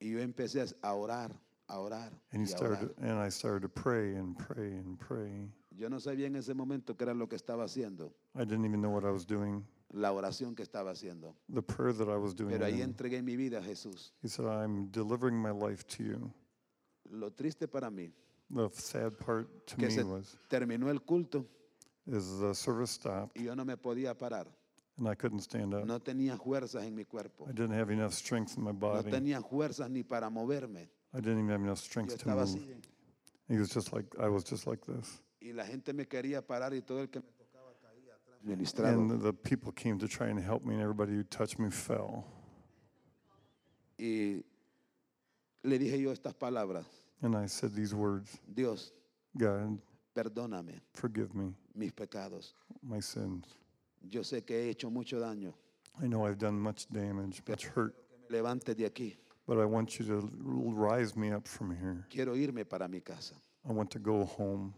[SPEAKER 3] Y yo empecé a orar, a orar.
[SPEAKER 4] And he
[SPEAKER 3] y a orar.
[SPEAKER 4] started, and I started to pray and pray and pray.
[SPEAKER 3] Yo no sabía en ese momento qué era lo que estaba haciendo,
[SPEAKER 4] I didn't even know what I was doing,
[SPEAKER 3] la oración que estaba haciendo.
[SPEAKER 4] the prayer that I was doing.
[SPEAKER 3] Pero ahí
[SPEAKER 4] then.
[SPEAKER 3] entregué mi vida a Jesús.
[SPEAKER 4] He said, "I'm delivering my life to you."
[SPEAKER 3] Lo triste para mí,
[SPEAKER 4] The sad part to
[SPEAKER 3] que
[SPEAKER 4] me
[SPEAKER 3] se
[SPEAKER 4] was,
[SPEAKER 3] terminó el culto
[SPEAKER 4] is the service stopped,
[SPEAKER 3] y yo no me podía parar.
[SPEAKER 4] and I couldn't stand up.
[SPEAKER 3] No tenía fuerzas en mi cuerpo.
[SPEAKER 4] I didn't have enough strength in my
[SPEAKER 3] No
[SPEAKER 4] body.
[SPEAKER 3] tenía fuerzas ni para moverme.
[SPEAKER 4] I didn't even have enough
[SPEAKER 3] Yo
[SPEAKER 4] strength to
[SPEAKER 3] estaba
[SPEAKER 4] move.
[SPEAKER 3] así
[SPEAKER 4] He was just like I was, just like this.
[SPEAKER 3] y la gente me quería parar y todo el que me tocaba caía atrás.
[SPEAKER 4] And
[SPEAKER 3] Ministrado.
[SPEAKER 4] the- the people came to try and help me, and everybody who touched me fell.
[SPEAKER 3] Y le dije yo estas palabras.
[SPEAKER 4] And I said these words:
[SPEAKER 3] Dios,
[SPEAKER 4] "God,
[SPEAKER 3] perdóname
[SPEAKER 4] forgive me
[SPEAKER 3] mis pecados.
[SPEAKER 4] my sins.
[SPEAKER 3] Yo sé que he hecho mucho daño.
[SPEAKER 4] I know I've done much damage, much hurt,
[SPEAKER 3] Me Levante de aquí.
[SPEAKER 4] but I want you to l- rise me up from here.
[SPEAKER 3] Quiero irme para mi casa.
[SPEAKER 4] I want to go home.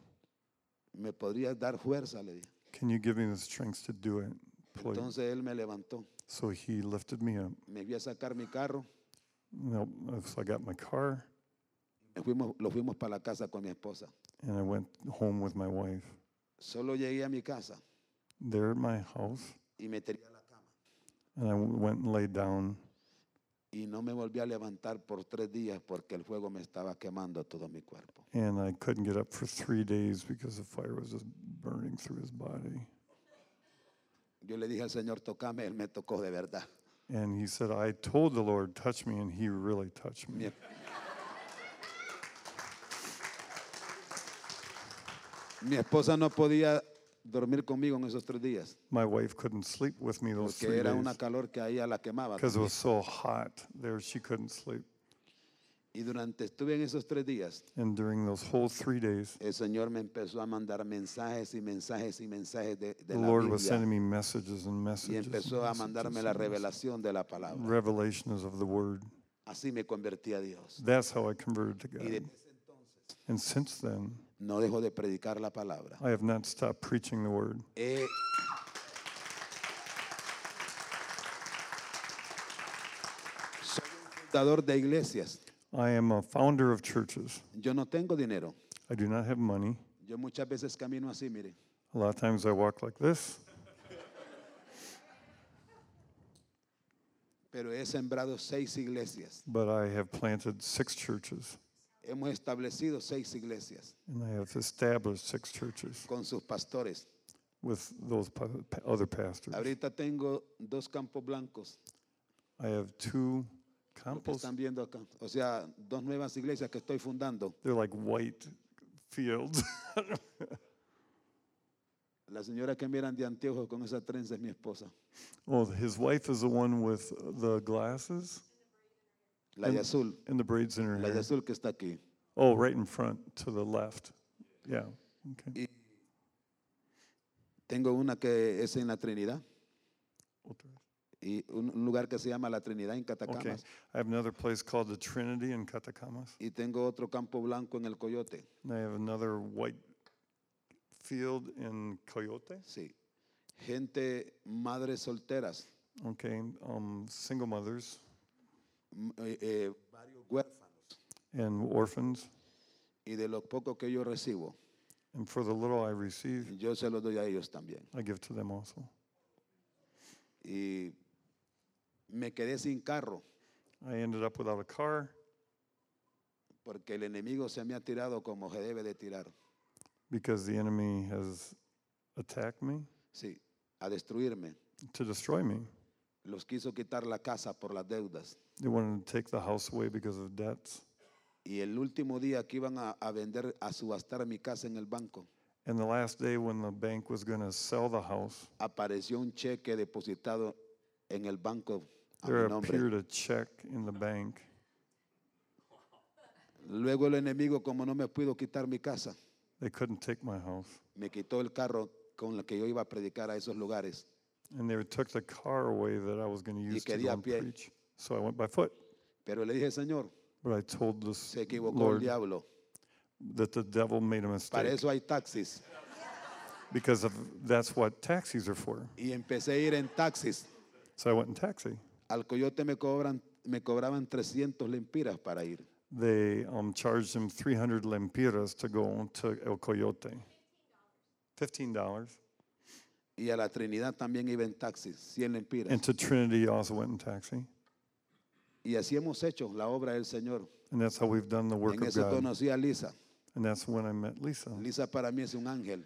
[SPEAKER 3] ¿Me podrías dar fuerza? Le dije.
[SPEAKER 4] Can you give me the strength to do it, please?"
[SPEAKER 3] Entonces él me levantó.
[SPEAKER 4] So he lifted me up.
[SPEAKER 3] Me fui a sacar mi carro.
[SPEAKER 4] Nope. So I got my car
[SPEAKER 3] Me fuimos, lo fuimos para la casa con mi esposa.
[SPEAKER 4] and I went home with my wife.
[SPEAKER 3] Solo llegué a mi casa
[SPEAKER 4] There at my house,
[SPEAKER 3] y me tenía la cama.
[SPEAKER 4] and I w- went and laid down.
[SPEAKER 3] Y no me volví a levantar por tres días porque el fuego me estaba quemando todo mi cuerpo.
[SPEAKER 4] And I couldn't get up for three days because the fire was just burning through his body.
[SPEAKER 3] Yo le dije al Señor, tocame. Él me tocó de verdad.
[SPEAKER 4] And he said, I told the Lord, touch me, and he really touched
[SPEAKER 3] Mi,
[SPEAKER 4] me.
[SPEAKER 3] es- Mi esposa no podía dormir conmigo en esos tres días
[SPEAKER 4] My wife couldn't sleep with me those
[SPEAKER 3] porque
[SPEAKER 4] three
[SPEAKER 3] era
[SPEAKER 4] days
[SPEAKER 3] una calor que a ella la quemaba.
[SPEAKER 4] because it was so hot there, she couldn't sleep.
[SPEAKER 3] Y durante estuve en esos tres días,
[SPEAKER 4] And during those whole three days,
[SPEAKER 3] el Señor me empezó a mandar mensajes y mensajes y mensajes de, de
[SPEAKER 4] the
[SPEAKER 3] la
[SPEAKER 4] Lord was
[SPEAKER 3] Biblia.
[SPEAKER 4] sending me messages and
[SPEAKER 3] y
[SPEAKER 4] messages. and
[SPEAKER 3] empezó a mandarme
[SPEAKER 4] messages
[SPEAKER 3] la revelación
[SPEAKER 4] and messages.
[SPEAKER 3] de la palabra.
[SPEAKER 4] revelations of the word.
[SPEAKER 3] Así me convertí a Dios.
[SPEAKER 4] That's how I converted to
[SPEAKER 3] Y
[SPEAKER 4] God.
[SPEAKER 3] de-
[SPEAKER 4] And since then,
[SPEAKER 3] no dejo de predicar la palabra.
[SPEAKER 4] I have not stopped preaching the word.
[SPEAKER 3] He, soy un fundador de iglesias.
[SPEAKER 4] I am a founder of churches.
[SPEAKER 3] Yo no tengo dinero.
[SPEAKER 4] I do not have money.
[SPEAKER 3] Yo muchas veces camino así, mire.
[SPEAKER 4] A lot of times I walk like this.
[SPEAKER 3] pero he sembrado seis iglesias.
[SPEAKER 4] but I have planted six churches
[SPEAKER 3] Hemos establecido seis iglesias
[SPEAKER 4] and I have established six churches
[SPEAKER 3] con sus pastores.
[SPEAKER 4] with those pa- pa- other pastors.
[SPEAKER 3] Ahorita tengo dos campos blancos,
[SPEAKER 4] I have two
[SPEAKER 3] lo que
[SPEAKER 4] compost,
[SPEAKER 3] están viendo acá. O sea, dos nuevas iglesias que estoy fundando.
[SPEAKER 4] they're like white fields.
[SPEAKER 3] La señora que miran de anteojos con esa trenza es mi esposa,
[SPEAKER 4] well, his wife is the one with the glasses
[SPEAKER 3] la de azul,
[SPEAKER 4] and the braids in her
[SPEAKER 3] la de
[SPEAKER 4] hair.
[SPEAKER 3] azul que está aquí.
[SPEAKER 4] Oh, right in front to the left. Yeah. Okay.
[SPEAKER 3] Tengo una que es en la Trinidad y un un lugar que se llama la Trinidad en
[SPEAKER 4] Okay.
[SPEAKER 3] Catacamas.
[SPEAKER 4] I have another place called the Trinity in Catacamas,
[SPEAKER 3] Y tengo otro campo blanco en el Coyote.
[SPEAKER 4] and I have another white field in Coyote.
[SPEAKER 3] Sí. Gente, madres solteras,
[SPEAKER 4] Okay. Um, single mothers
[SPEAKER 3] m- eh, eh, varios huérfanos.
[SPEAKER 4] and orphans.
[SPEAKER 3] Y de lo poco que yo recibo,
[SPEAKER 4] And for the little I receive,
[SPEAKER 3] yo se lo doy a ellos también.
[SPEAKER 4] I give to them also.
[SPEAKER 3] Y me quedé sin carro
[SPEAKER 4] I ended up without a car
[SPEAKER 3] porque el enemigo se me ha tirado como se debe de tirar.
[SPEAKER 4] because the enemy has attacked me
[SPEAKER 3] Sí, a destruirme.
[SPEAKER 4] to destroy me.
[SPEAKER 3] Los quiso quitar la casa por las deudas.
[SPEAKER 4] They wanted to take the house away because of debts.
[SPEAKER 3] Y el último día que iban a, a vender, a subastar mi casa en el banco,
[SPEAKER 4] And the last day when the bank was going to sell the house,
[SPEAKER 3] apareció un cheque depositado en el banco a
[SPEAKER 4] there
[SPEAKER 3] mi nombre.
[SPEAKER 4] appeared a check in the bank.
[SPEAKER 3] Luego el enemigo, como no me pudo quitar mi casa,
[SPEAKER 4] They couldn't take my house.
[SPEAKER 3] me quitó el carro con el que yo iba a predicar a esos lugares.
[SPEAKER 4] And they took the car away that I was going to use to
[SPEAKER 3] quedé
[SPEAKER 4] go
[SPEAKER 3] a
[SPEAKER 4] and
[SPEAKER 3] pie.
[SPEAKER 4] preach. So I went by foot.
[SPEAKER 3] Pero le dije, Señor,
[SPEAKER 4] But I told this
[SPEAKER 3] se equivocó el
[SPEAKER 4] Lord
[SPEAKER 3] diablo.
[SPEAKER 4] that the devil made a
[SPEAKER 3] Para
[SPEAKER 4] mistake
[SPEAKER 3] eso hay taxis.
[SPEAKER 4] because of, that's what taxis are for.
[SPEAKER 3] Y empecé a ir en taxis.
[SPEAKER 4] So I went in taxi.
[SPEAKER 3] Al coyote me, cobran, me cobraban 300 lempiras para ir.
[SPEAKER 4] They um, charged him 300 lempiras to go to El Coyote. $15.
[SPEAKER 3] Y a la Trinidad también iba en taxis, 100 lempiras.
[SPEAKER 4] And to Trinity also went in taxi.
[SPEAKER 3] y así hemos hecho la obra del Señor.
[SPEAKER 4] And that's how we've done the work
[SPEAKER 3] En
[SPEAKER 4] of
[SPEAKER 3] eso
[SPEAKER 4] God.
[SPEAKER 3] conocí a Lisa.
[SPEAKER 4] And that's when I met Lisa.
[SPEAKER 3] Lisa para mí es un ángel.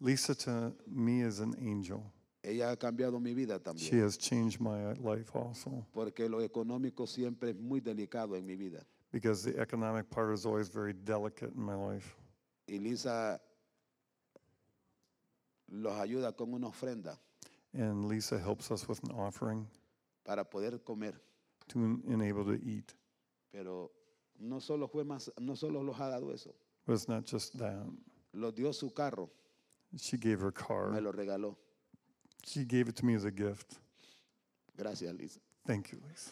[SPEAKER 4] Lisa to me is an angel.
[SPEAKER 3] Ella ha cambiado mi vida
[SPEAKER 4] She
[SPEAKER 3] también.
[SPEAKER 4] has changed my life also
[SPEAKER 3] Porque lo económico siempre es muy delicado en mi vida.
[SPEAKER 4] because the economic part is always very delicate in my life.
[SPEAKER 3] Y Lisa los ayuda con una ofrenda
[SPEAKER 4] And Lisa helps us with an offering
[SPEAKER 3] para poder comer.
[SPEAKER 4] to en- enable to eat.
[SPEAKER 3] Pero no solo, fue más, no solo los ha dado eso.
[SPEAKER 4] But it's not just that.
[SPEAKER 3] Los dio su carro,
[SPEAKER 4] She gave
[SPEAKER 3] me
[SPEAKER 4] her car.
[SPEAKER 3] lo regaló.
[SPEAKER 4] She gave it to me as a gift.
[SPEAKER 3] Gracias, Lisa.
[SPEAKER 4] Thank you, Lisa.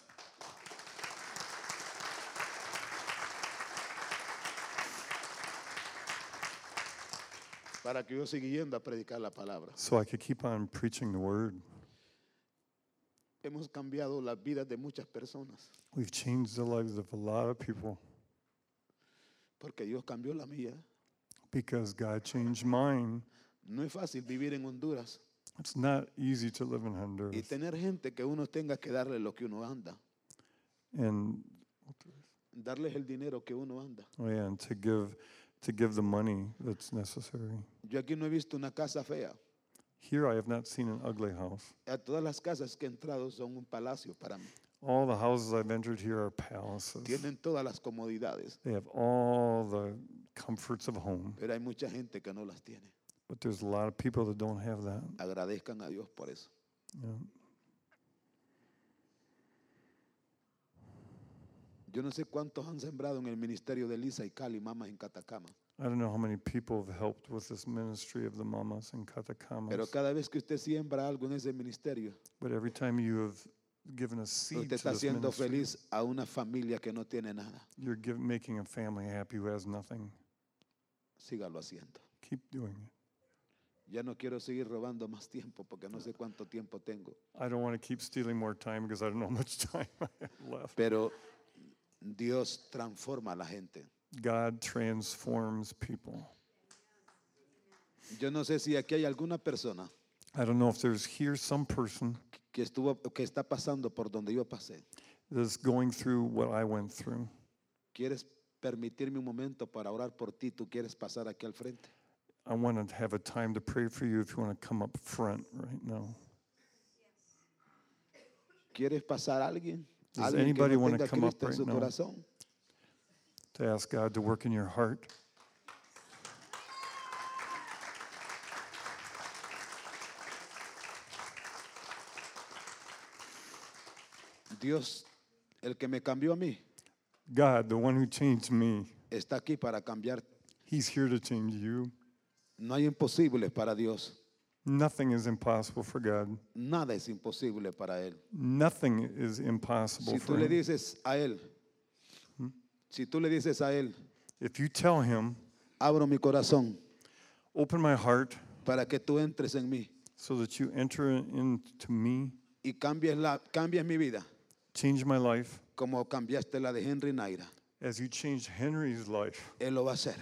[SPEAKER 3] Para que yo siga yendo a predicar la palabra.
[SPEAKER 4] So I could keep on preaching the word.
[SPEAKER 3] Hemos cambiado las vidas de muchas personas.
[SPEAKER 4] We've changed the lives of a lot of people
[SPEAKER 3] Porque Dios cambió la mía.
[SPEAKER 4] because God changed mine.
[SPEAKER 3] No es fácil vivir en Honduras
[SPEAKER 4] It's not easy to live in Honduras.
[SPEAKER 3] y tener gente que uno tenga que darle lo que uno anda.
[SPEAKER 4] and
[SPEAKER 3] darles el dinero que uno anda.
[SPEAKER 4] oh yeah, and to give to give the money that's necessary.
[SPEAKER 3] Yo aquí no he visto una casa fea.
[SPEAKER 4] Here I have not seen an ugly house.
[SPEAKER 3] A todas las casas que he entrado son un palacio para mí.
[SPEAKER 4] All the houses I've entered here are palaces.
[SPEAKER 3] Tienen todas las comodidades,
[SPEAKER 4] They have all the comforts of home,
[SPEAKER 3] pero hay mucha gente que no las tiene.
[SPEAKER 4] but there's a lot of people that don't have that.
[SPEAKER 3] Agradezcan a Dios por eso.
[SPEAKER 4] Yeah.
[SPEAKER 3] Yo no sé cuántos han sembrado en el ministerio de Lisa y Cali, mamas en Catacama,
[SPEAKER 4] I don't know how many people have helped with this ministry of the mamas and
[SPEAKER 3] pero
[SPEAKER 4] katakamas,
[SPEAKER 3] cada vez que usted siembra algo en ese ministerio,
[SPEAKER 4] but every time you have given a seed
[SPEAKER 3] usted
[SPEAKER 4] to
[SPEAKER 3] está
[SPEAKER 4] this
[SPEAKER 3] haciendo
[SPEAKER 4] ministry,
[SPEAKER 3] feliz a una familia que no tiene nada.
[SPEAKER 4] you're giv making a family happy who has nothing.
[SPEAKER 3] Sígalo haciendo.
[SPEAKER 4] Keep doing it.
[SPEAKER 3] Ya no quiero seguir robando más tiempo porque no sé cuánto tiempo tengo,
[SPEAKER 4] I don't want to keep stealing more time because I don't know how much time I have left.
[SPEAKER 3] pero Dios transforma a la gente.
[SPEAKER 4] God transforms people.
[SPEAKER 3] Yo no sé si aquí hay alguna persona
[SPEAKER 4] I don't know if there's here some person
[SPEAKER 3] que, estuvo, que está pasando por donde yo pasé.
[SPEAKER 4] that's going through what I went through.
[SPEAKER 3] ¿Quieres permitirme un momento para orar por ti? ¿Tú quieres pasar aquí al frente?
[SPEAKER 4] I want to have a time to pray for you if you want to come up front right now.
[SPEAKER 3] ¿Quieres pasar a alguien?
[SPEAKER 4] Does
[SPEAKER 3] ¿Alguien que
[SPEAKER 4] anybody
[SPEAKER 3] no
[SPEAKER 4] wanna
[SPEAKER 3] tenga a
[SPEAKER 4] come up
[SPEAKER 3] Cristo en
[SPEAKER 4] right
[SPEAKER 3] su
[SPEAKER 4] now?
[SPEAKER 3] corazón?
[SPEAKER 4] to ask God to work in your heart.
[SPEAKER 3] Dios, el que me cambió a mí,
[SPEAKER 4] God, the one who changed me,
[SPEAKER 3] está aquí para cambiar.
[SPEAKER 4] He's here to change you.
[SPEAKER 3] No hay imposibles para Dios.
[SPEAKER 4] Nothing is impossible for God.
[SPEAKER 3] Nada es imposible para Él.
[SPEAKER 4] Nothing is impossible
[SPEAKER 3] Si tú
[SPEAKER 4] for
[SPEAKER 3] le
[SPEAKER 4] Him.
[SPEAKER 3] dices a Él,
[SPEAKER 4] Hmm?
[SPEAKER 3] si tú le dices a Él,
[SPEAKER 4] If you tell Him,
[SPEAKER 3] abro mi corazón
[SPEAKER 4] open my heart
[SPEAKER 3] para que tú entres en mí
[SPEAKER 4] so that you enter into me,
[SPEAKER 3] y cambies, la, cambies mi vida
[SPEAKER 4] change my life
[SPEAKER 3] como cambiaste la de Henry Naira.
[SPEAKER 4] as you changed Henry's life,
[SPEAKER 3] Él lo va a hacer.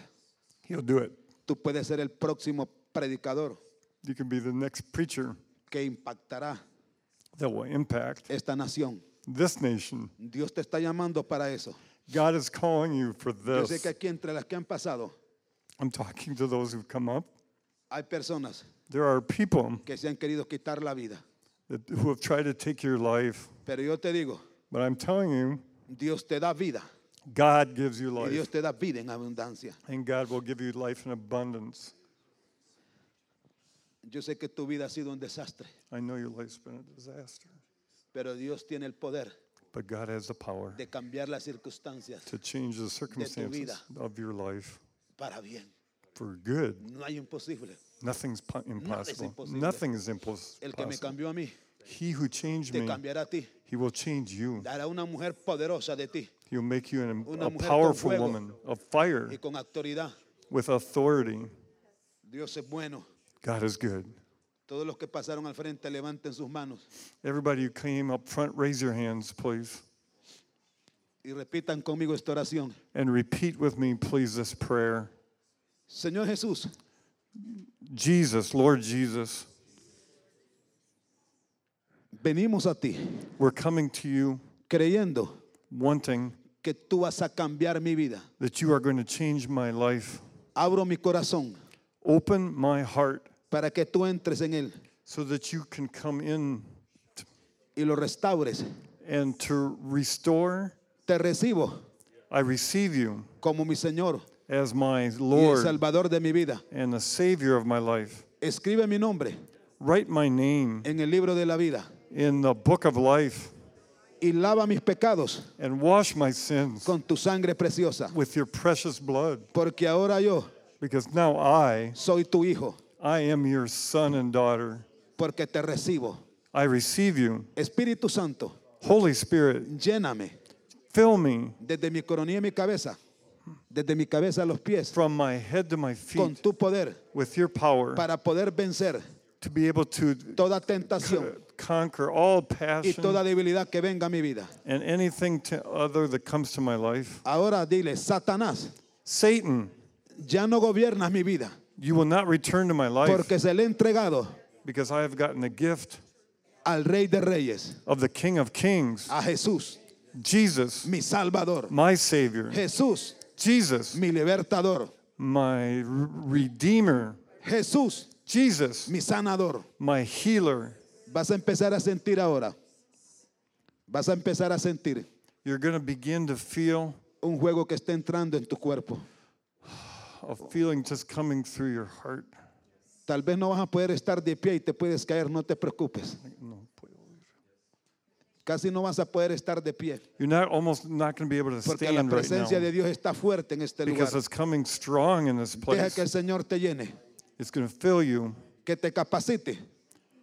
[SPEAKER 4] He'll do it.
[SPEAKER 3] Tú puedes ser el próximo predicador
[SPEAKER 4] You can be the next preacher
[SPEAKER 3] que impactará
[SPEAKER 4] that will impact
[SPEAKER 3] esta nación.
[SPEAKER 4] this nation.
[SPEAKER 3] Dios te está llamando para eso.
[SPEAKER 4] God is calling you for
[SPEAKER 3] Yo sé
[SPEAKER 4] this.
[SPEAKER 3] que aquí entre las que han pasado
[SPEAKER 4] I'm talking to those who've come up.
[SPEAKER 3] hay personas
[SPEAKER 4] There are people
[SPEAKER 3] que se han querido quitar la vida.
[SPEAKER 4] that, who have tried to take your life.
[SPEAKER 3] Pero yo te digo,
[SPEAKER 4] But I'm telling you,
[SPEAKER 3] Dios te da vida
[SPEAKER 4] God gives you
[SPEAKER 3] y Dios
[SPEAKER 4] life,
[SPEAKER 3] te da vida en abundancia.
[SPEAKER 4] and God will give you life in abundance.
[SPEAKER 3] Yo sé que tu vida ha sido un desastre,
[SPEAKER 4] I know your life's been a disaster,
[SPEAKER 3] pero Dios tiene el poder
[SPEAKER 4] but God has the power
[SPEAKER 3] de cambiar las circunstancias
[SPEAKER 4] to change the circumstances of your life
[SPEAKER 3] para bien.
[SPEAKER 4] for good.
[SPEAKER 3] No hay imposible.
[SPEAKER 4] Nothing's po- impossible.
[SPEAKER 3] imposible.
[SPEAKER 4] Nothing is impos-
[SPEAKER 3] El que me
[SPEAKER 4] impossible.
[SPEAKER 3] cambió a mí,
[SPEAKER 4] He who changed
[SPEAKER 3] te
[SPEAKER 4] me,
[SPEAKER 3] cambiará a ti.
[SPEAKER 4] he will change you.
[SPEAKER 3] Dará una mujer poderosa de ti
[SPEAKER 4] He'll make you an,
[SPEAKER 3] Una
[SPEAKER 4] a
[SPEAKER 3] mujer con
[SPEAKER 4] powerful
[SPEAKER 3] fuego.
[SPEAKER 4] woman of fire
[SPEAKER 3] y con autoridad.
[SPEAKER 4] with authority.
[SPEAKER 3] Dios es bueno.
[SPEAKER 4] God is good.
[SPEAKER 3] Todos los que pasaron al frente, levanten sus manos
[SPEAKER 4] Everybody who came up front, raise your hands, please.
[SPEAKER 3] y repitan conmigo esta oración.
[SPEAKER 4] And repeat with me, please, this prayer.
[SPEAKER 3] Señor Jesús,
[SPEAKER 4] Jesus, Lord Jesus,
[SPEAKER 3] venimos a ti
[SPEAKER 4] we're coming to you
[SPEAKER 3] creyendo
[SPEAKER 4] wanting
[SPEAKER 3] que tú vas a cambiar mi vida.
[SPEAKER 4] that you are going to change my life.
[SPEAKER 3] Abro mi corazón
[SPEAKER 4] Open my heart
[SPEAKER 3] para que tú entres en él
[SPEAKER 4] so that you can come in t-
[SPEAKER 3] y lo restaures.
[SPEAKER 4] and to restore.
[SPEAKER 3] Te recibo
[SPEAKER 4] I receive you
[SPEAKER 3] como mi Señor
[SPEAKER 4] as my
[SPEAKER 3] y el
[SPEAKER 4] Lord
[SPEAKER 3] Salvador de mi vida.
[SPEAKER 4] and the Savior of my life.
[SPEAKER 3] Escribe mi nombre
[SPEAKER 4] Write my name
[SPEAKER 3] en el libro de la vida
[SPEAKER 4] in the book of life
[SPEAKER 3] y lava mis pecados
[SPEAKER 4] and wash my sins
[SPEAKER 3] con tu sangre preciosa,
[SPEAKER 4] with your precious blood,
[SPEAKER 3] porque ahora yo
[SPEAKER 4] because now I,
[SPEAKER 3] soy tu hijo,
[SPEAKER 4] I am your son and daughter.
[SPEAKER 3] porque te recibo.
[SPEAKER 4] I receive you.
[SPEAKER 3] Espíritu Santo,
[SPEAKER 4] Holy Spirit,
[SPEAKER 3] lléname
[SPEAKER 4] fill me
[SPEAKER 3] desde mi coronilla y mi cabeza, desde mi cabeza a los pies,
[SPEAKER 4] from my head to my
[SPEAKER 3] con
[SPEAKER 4] feet
[SPEAKER 3] tu poder
[SPEAKER 4] with your power
[SPEAKER 3] para poder vencer
[SPEAKER 4] to be able to
[SPEAKER 3] toda
[SPEAKER 4] co-
[SPEAKER 3] tentación
[SPEAKER 4] conquer all
[SPEAKER 3] y toda
[SPEAKER 4] passion
[SPEAKER 3] debilidad que venga a mi vida.
[SPEAKER 4] and anything to other that comes to my life.
[SPEAKER 3] Ahora dile, Satanás,
[SPEAKER 4] Satan,
[SPEAKER 3] ya no gobiernas mi vida,
[SPEAKER 4] you will not return to my life
[SPEAKER 3] porque se le he entregado
[SPEAKER 4] because I have gotten the gift
[SPEAKER 3] al Rey de Reyes,
[SPEAKER 4] of the King of Kings,
[SPEAKER 3] a Jesús,
[SPEAKER 4] Jesus,
[SPEAKER 3] mi Salvador,
[SPEAKER 4] my Savior,
[SPEAKER 3] Jesús,
[SPEAKER 4] Jesus,
[SPEAKER 3] mi libertador,
[SPEAKER 4] my Redeemer,
[SPEAKER 3] Jesús,
[SPEAKER 4] Jesus,
[SPEAKER 3] mi sanador.
[SPEAKER 4] my healer.
[SPEAKER 3] Vas a empezar a sentir ahora, vas a empezar a sentir
[SPEAKER 4] You're going to begin to feel
[SPEAKER 3] un juego que está entrando en tu cuerpo.
[SPEAKER 4] a feeling just coming through your heart.
[SPEAKER 3] Tal vez no vas a poder estar de pie y te puedes caer, no te preocupes.
[SPEAKER 4] No puedo.
[SPEAKER 3] Casi no vas a poder estar de pie,
[SPEAKER 4] You're not almost not going to be able to
[SPEAKER 3] porque la
[SPEAKER 4] stand right now
[SPEAKER 3] presencia de Dios está fuerte en este lugar.
[SPEAKER 4] because it's coming strong in this
[SPEAKER 3] Deja que el
[SPEAKER 4] place.
[SPEAKER 3] Señor te llene,
[SPEAKER 4] It's going to fill you.
[SPEAKER 3] que te capacite,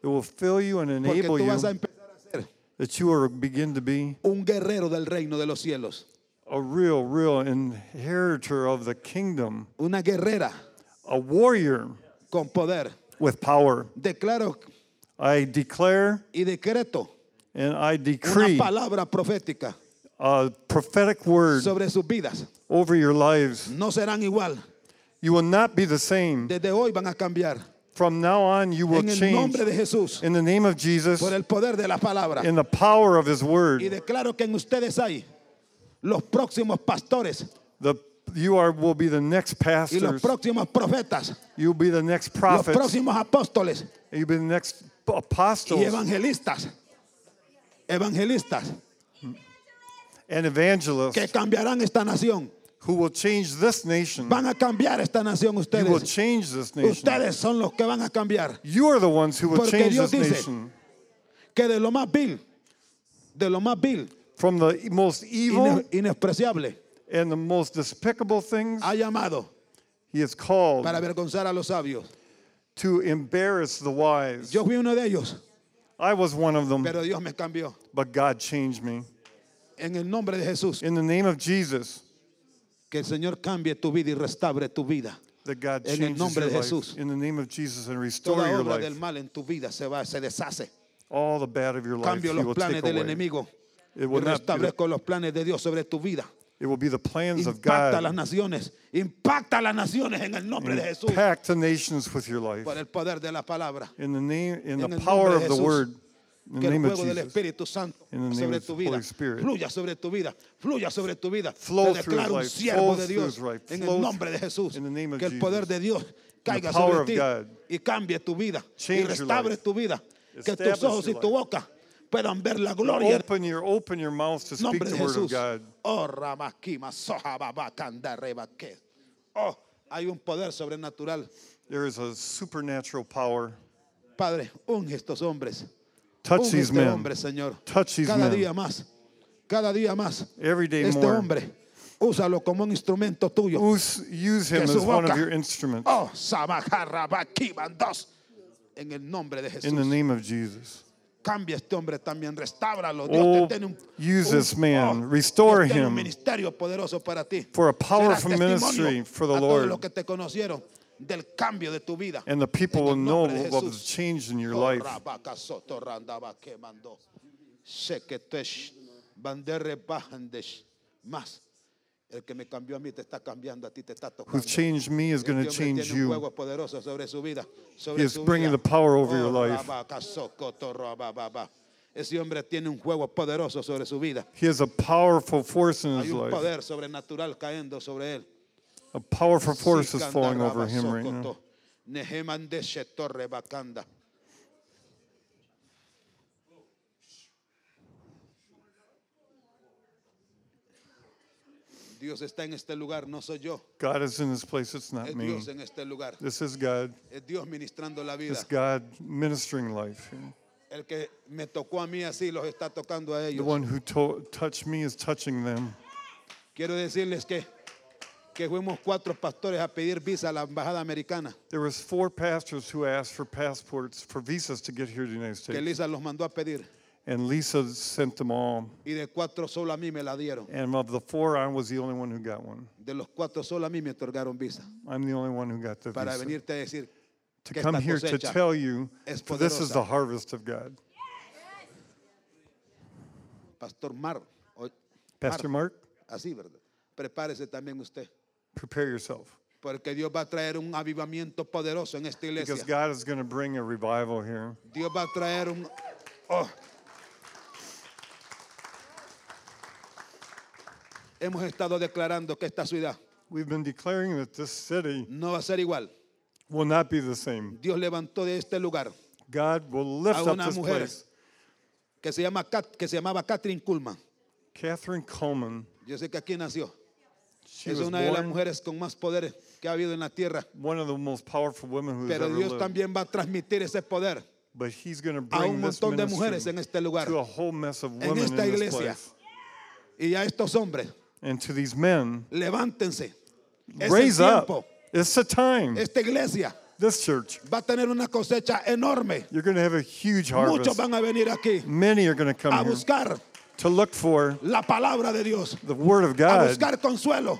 [SPEAKER 4] It will fill you and
[SPEAKER 3] porque
[SPEAKER 4] enable
[SPEAKER 3] tú
[SPEAKER 4] you
[SPEAKER 3] vas a empezar a ser
[SPEAKER 4] that you will begin to be
[SPEAKER 3] un guerrero del reino de los cielos,
[SPEAKER 4] a real, real inheritor of the kingdom,
[SPEAKER 3] una guerrera
[SPEAKER 4] a warrior
[SPEAKER 3] con poder.
[SPEAKER 4] with power.
[SPEAKER 3] Declaro
[SPEAKER 4] I declare
[SPEAKER 3] y decreto
[SPEAKER 4] and I
[SPEAKER 3] una
[SPEAKER 4] decree
[SPEAKER 3] palabra profética
[SPEAKER 4] a prophetic word
[SPEAKER 3] sobre sus vidas.
[SPEAKER 4] over your lives.
[SPEAKER 3] No serán igual.
[SPEAKER 4] You will not be the same.
[SPEAKER 3] Desde hoy van a cambiar.
[SPEAKER 4] From now on, you will
[SPEAKER 3] En el
[SPEAKER 4] change
[SPEAKER 3] nombre de Jesús,
[SPEAKER 4] in the name of Jesus,
[SPEAKER 3] por el poder de la palabra.
[SPEAKER 4] in the power of His
[SPEAKER 3] Y
[SPEAKER 4] Word.
[SPEAKER 3] declaro que en ustedes hay los próximos pastores
[SPEAKER 4] The, you are will be the next
[SPEAKER 3] y los
[SPEAKER 4] pastors.
[SPEAKER 3] próximos profetas,
[SPEAKER 4] You'll be the next
[SPEAKER 3] los
[SPEAKER 4] prophets.
[SPEAKER 3] próximos apóstoles
[SPEAKER 4] You'll be the next
[SPEAKER 3] y
[SPEAKER 4] apostles
[SPEAKER 3] evangelistas. Evangelistas
[SPEAKER 4] and
[SPEAKER 3] que
[SPEAKER 4] evangelists
[SPEAKER 3] cambiarán esta nación.
[SPEAKER 4] who will change this nation.
[SPEAKER 3] Van a cambiar esta nación
[SPEAKER 4] You will
[SPEAKER 3] ustedes.
[SPEAKER 4] change this nation.
[SPEAKER 3] Ustedes son los que van a cambiar.
[SPEAKER 4] You are the ones who will
[SPEAKER 3] Porque
[SPEAKER 4] change
[SPEAKER 3] Dios
[SPEAKER 4] this
[SPEAKER 3] dice-
[SPEAKER 4] nation
[SPEAKER 3] Que de lo más vil, de lo más vil,
[SPEAKER 4] from the most evil
[SPEAKER 3] ine- inexpreciable,
[SPEAKER 4] and the most despicable things.
[SPEAKER 3] ha llamado
[SPEAKER 4] He is called
[SPEAKER 3] para avergonzar a los sabios.
[SPEAKER 4] to embarrass the wise.
[SPEAKER 3] Yo fui uno de ellos,
[SPEAKER 4] I was one of them,
[SPEAKER 3] pero Dios me cambió.
[SPEAKER 4] but God changed me.
[SPEAKER 3] En el nombre de Jesús,
[SPEAKER 4] In the name of Jesus,
[SPEAKER 3] que el Señor cambie tu vida y restaure tu vida.
[SPEAKER 4] that God
[SPEAKER 3] En el
[SPEAKER 4] changes
[SPEAKER 3] nombre
[SPEAKER 4] your
[SPEAKER 3] de
[SPEAKER 4] life.
[SPEAKER 3] Jesús.
[SPEAKER 4] In the name of Jesus and restore
[SPEAKER 3] Toda
[SPEAKER 4] your
[SPEAKER 3] obra del
[SPEAKER 4] life.
[SPEAKER 3] mal en tu vida se va, se deshace.
[SPEAKER 4] All the bad of your life
[SPEAKER 3] Cambio
[SPEAKER 4] he
[SPEAKER 3] los
[SPEAKER 4] will
[SPEAKER 3] planes
[SPEAKER 4] take
[SPEAKER 3] del
[SPEAKER 4] away.
[SPEAKER 3] enemigo
[SPEAKER 4] It
[SPEAKER 3] y
[SPEAKER 4] will not be the-
[SPEAKER 3] restablezco los planes de Dios sobre tu vida.
[SPEAKER 4] it will be the plans of
[SPEAKER 3] Impacta a las
[SPEAKER 4] God.
[SPEAKER 3] naciones, impacta a las naciones en el nombre de Jesús
[SPEAKER 4] Pack the nations with your life.
[SPEAKER 3] por el poder de la palabra.
[SPEAKER 4] In the name, in
[SPEAKER 3] En
[SPEAKER 4] the
[SPEAKER 3] el
[SPEAKER 4] power
[SPEAKER 3] nombre de
[SPEAKER 4] of the
[SPEAKER 3] Jesús.
[SPEAKER 4] word, in
[SPEAKER 3] Que
[SPEAKER 4] the
[SPEAKER 3] el
[SPEAKER 4] name of
[SPEAKER 3] fuego del
[SPEAKER 4] Jesus,
[SPEAKER 3] Espíritu Santo
[SPEAKER 4] In the name
[SPEAKER 3] sobre
[SPEAKER 4] of the
[SPEAKER 3] tu vida,
[SPEAKER 4] Holy Spirit.
[SPEAKER 3] fluya sobre tu vida, fluya sobre tu vida.
[SPEAKER 4] Flow
[SPEAKER 3] Te
[SPEAKER 4] through
[SPEAKER 3] declaro un
[SPEAKER 4] his life,
[SPEAKER 3] siervo
[SPEAKER 4] flow
[SPEAKER 3] de
[SPEAKER 4] through
[SPEAKER 3] Dios
[SPEAKER 4] his life,
[SPEAKER 3] en
[SPEAKER 4] flow
[SPEAKER 3] el nombre de Jesús.
[SPEAKER 4] in the name of
[SPEAKER 3] Que el poder
[SPEAKER 4] Jesus.
[SPEAKER 3] de Dios caiga
[SPEAKER 4] power
[SPEAKER 3] sobre
[SPEAKER 4] of
[SPEAKER 3] ti
[SPEAKER 4] God.
[SPEAKER 3] y cambie tu vida y
[SPEAKER 4] Change your
[SPEAKER 3] restaure
[SPEAKER 4] life.
[SPEAKER 3] tu vida. Que tus
[SPEAKER 4] Establish
[SPEAKER 3] ojos y
[SPEAKER 4] your
[SPEAKER 3] tu
[SPEAKER 4] life.
[SPEAKER 3] boca puedan ver la gloria
[SPEAKER 4] open your open your mouth to speak
[SPEAKER 3] nombre
[SPEAKER 4] the
[SPEAKER 3] de
[SPEAKER 4] word of
[SPEAKER 3] Jesús.
[SPEAKER 4] God.
[SPEAKER 3] Oh, Ramakima, Soja, Baba, Kanda, Reba, Ke. Oh, hay un poder sobrenatural.
[SPEAKER 4] There is a supernatural power.
[SPEAKER 3] Padre, unge estos hombres.
[SPEAKER 4] Touch
[SPEAKER 3] Unge
[SPEAKER 4] these
[SPEAKER 3] este
[SPEAKER 4] men.
[SPEAKER 3] hombre, Señor.
[SPEAKER 4] Touch these
[SPEAKER 3] Cada
[SPEAKER 4] men.
[SPEAKER 3] día más. Cada día más.
[SPEAKER 4] Every day
[SPEAKER 3] este
[SPEAKER 4] more.
[SPEAKER 3] hombre, úsalo como un instrumento tuyo.
[SPEAKER 4] Use, use him
[SPEAKER 3] que
[SPEAKER 4] as
[SPEAKER 3] su
[SPEAKER 4] one
[SPEAKER 3] boca-
[SPEAKER 4] of your instruments.
[SPEAKER 3] Oh, Samaja, Rabakiman, dos. En el nombre de Jesús.
[SPEAKER 4] In the name of Jesus.
[SPEAKER 3] Cambia este hombre también, restábralo. Dios
[SPEAKER 4] Oh,
[SPEAKER 3] te tiene un,
[SPEAKER 4] use
[SPEAKER 3] un-
[SPEAKER 4] this man.
[SPEAKER 3] oh,
[SPEAKER 4] Restore
[SPEAKER 3] Dios tiene un
[SPEAKER 4] him
[SPEAKER 3] ministerio poderoso para ti.
[SPEAKER 4] for a
[SPEAKER 3] Serás
[SPEAKER 4] powerful
[SPEAKER 3] testimonio
[SPEAKER 4] ministry for the
[SPEAKER 3] a todos
[SPEAKER 4] Lord.
[SPEAKER 3] los que te conocieron del cambio de tu vida.
[SPEAKER 4] And the people
[SPEAKER 3] En
[SPEAKER 4] will
[SPEAKER 3] el
[SPEAKER 4] know
[SPEAKER 3] nombre de
[SPEAKER 4] of the
[SPEAKER 3] Jesús.
[SPEAKER 4] change in your
[SPEAKER 3] Oh,
[SPEAKER 4] life.
[SPEAKER 3] rabaca, soto, randaba, que mandó. Sheketesh, bandere, bajandesh. Más. El que me cambió a mí te está cambiando, a ti te está tocando.
[SPEAKER 4] Who's changed me is going to
[SPEAKER 3] Este hombre
[SPEAKER 4] change
[SPEAKER 3] tiene un
[SPEAKER 4] you.
[SPEAKER 3] fuego poderoso sobre su vida, sobre
[SPEAKER 4] He is
[SPEAKER 3] su
[SPEAKER 4] bringing
[SPEAKER 3] vida.
[SPEAKER 4] the power over
[SPEAKER 3] Oh,
[SPEAKER 4] your life.
[SPEAKER 3] rabaca, socoto, rabababa. Ese hombre tiene un juego poderoso sobre su vida.
[SPEAKER 4] He has a powerful force in
[SPEAKER 3] Hay
[SPEAKER 4] his
[SPEAKER 3] un
[SPEAKER 4] life.
[SPEAKER 3] poder sobrenatural cayendo sobre él.
[SPEAKER 4] A powerful force is
[SPEAKER 3] Sikanda
[SPEAKER 4] falling over
[SPEAKER 3] raba
[SPEAKER 4] him right now.
[SPEAKER 3] sokoto. Neheman de sheto rebakanda. Dios está en este lugar, no soy yo.
[SPEAKER 4] God is in this place. It's not
[SPEAKER 3] Es
[SPEAKER 4] me.
[SPEAKER 3] Dios en este lugar.
[SPEAKER 4] This is God.
[SPEAKER 3] Es Dios ministrando la vida.
[SPEAKER 4] It's God ministering life. here.
[SPEAKER 3] El que me tocó a mí así los está tocando a
[SPEAKER 4] The
[SPEAKER 3] ellos.
[SPEAKER 4] one who to- touched me is touching them.
[SPEAKER 3] Quiero decirles que, que fuimos cuatro pastores a pedir visa a la embajada americana.
[SPEAKER 4] There was four pastors who asked for passports, for visas to get here to the United
[SPEAKER 3] Que
[SPEAKER 4] States.
[SPEAKER 3] Lisa los mandó a pedir.
[SPEAKER 4] And Lisa sent them all.
[SPEAKER 3] Y de cuatro solo a mí me la dieron.
[SPEAKER 4] And of the four, I was the only one who got one.
[SPEAKER 3] De los cuatro, solo a mí me otorgaron visa
[SPEAKER 4] I'm the only one who got the
[SPEAKER 3] para
[SPEAKER 4] visa.
[SPEAKER 3] venirte a decir
[SPEAKER 4] To
[SPEAKER 3] que
[SPEAKER 4] come
[SPEAKER 3] esta
[SPEAKER 4] here to
[SPEAKER 3] cosecha
[SPEAKER 4] tell you,
[SPEAKER 3] es
[SPEAKER 4] for this is
[SPEAKER 3] poderosa.
[SPEAKER 4] the harvest of God.
[SPEAKER 3] Pastor Mar, o-
[SPEAKER 4] Pastor
[SPEAKER 3] Mar,
[SPEAKER 4] Mark,
[SPEAKER 3] así, ¿verdad? Prepárese también usted,
[SPEAKER 4] prepare yourself.
[SPEAKER 3] porque Dios va a traer un avivamiento poderoso en esta
[SPEAKER 4] Because
[SPEAKER 3] iglesia.
[SPEAKER 4] God is going to bring a revival here.
[SPEAKER 3] Dios va a traer un... oh. Hemos estado declarando que esta ciudad
[SPEAKER 4] We've been declaring that this city
[SPEAKER 3] no va a ser igual.
[SPEAKER 4] will not be the same.
[SPEAKER 3] Dios levantó de este lugar
[SPEAKER 4] God will lift
[SPEAKER 3] a
[SPEAKER 4] up
[SPEAKER 3] una
[SPEAKER 4] this
[SPEAKER 3] mujer
[SPEAKER 4] place.
[SPEAKER 3] que se, llama Kat- que se llamaba Catherine Kuhlman.
[SPEAKER 4] Catherine Coleman,
[SPEAKER 3] Yo sé que aquí nació.
[SPEAKER 4] she
[SPEAKER 3] Es
[SPEAKER 4] was
[SPEAKER 3] una de las
[SPEAKER 4] born
[SPEAKER 3] mujeres con más poder que ha habido en la tierra.
[SPEAKER 4] one of the most powerful women who's
[SPEAKER 3] Pero
[SPEAKER 4] ever
[SPEAKER 3] Dios
[SPEAKER 4] lived.
[SPEAKER 3] también va a transmitir ese poder
[SPEAKER 4] but he's going to
[SPEAKER 3] a un
[SPEAKER 4] bring this
[SPEAKER 3] montón de mujeres
[SPEAKER 4] ministry
[SPEAKER 3] en este lugar
[SPEAKER 4] to a whole mess of
[SPEAKER 3] en
[SPEAKER 4] women in
[SPEAKER 3] esta
[SPEAKER 4] this
[SPEAKER 3] iglesia.
[SPEAKER 4] place.
[SPEAKER 3] Y a estos hombres,
[SPEAKER 4] And to these men,
[SPEAKER 3] levántense. Es el
[SPEAKER 4] raise up.
[SPEAKER 3] tiempo.
[SPEAKER 4] It's the time.
[SPEAKER 3] Esta iglesia
[SPEAKER 4] This church,
[SPEAKER 3] va a tener una cosecha enorme.
[SPEAKER 4] you're going to have a huge
[SPEAKER 3] Muchos
[SPEAKER 4] harvest.
[SPEAKER 3] van a venir aquí
[SPEAKER 4] Many are going to
[SPEAKER 3] a
[SPEAKER 4] come here
[SPEAKER 3] buscar
[SPEAKER 4] to look for
[SPEAKER 3] la palabra de Dios,
[SPEAKER 4] the word of
[SPEAKER 3] a
[SPEAKER 4] God
[SPEAKER 3] buscar consuelo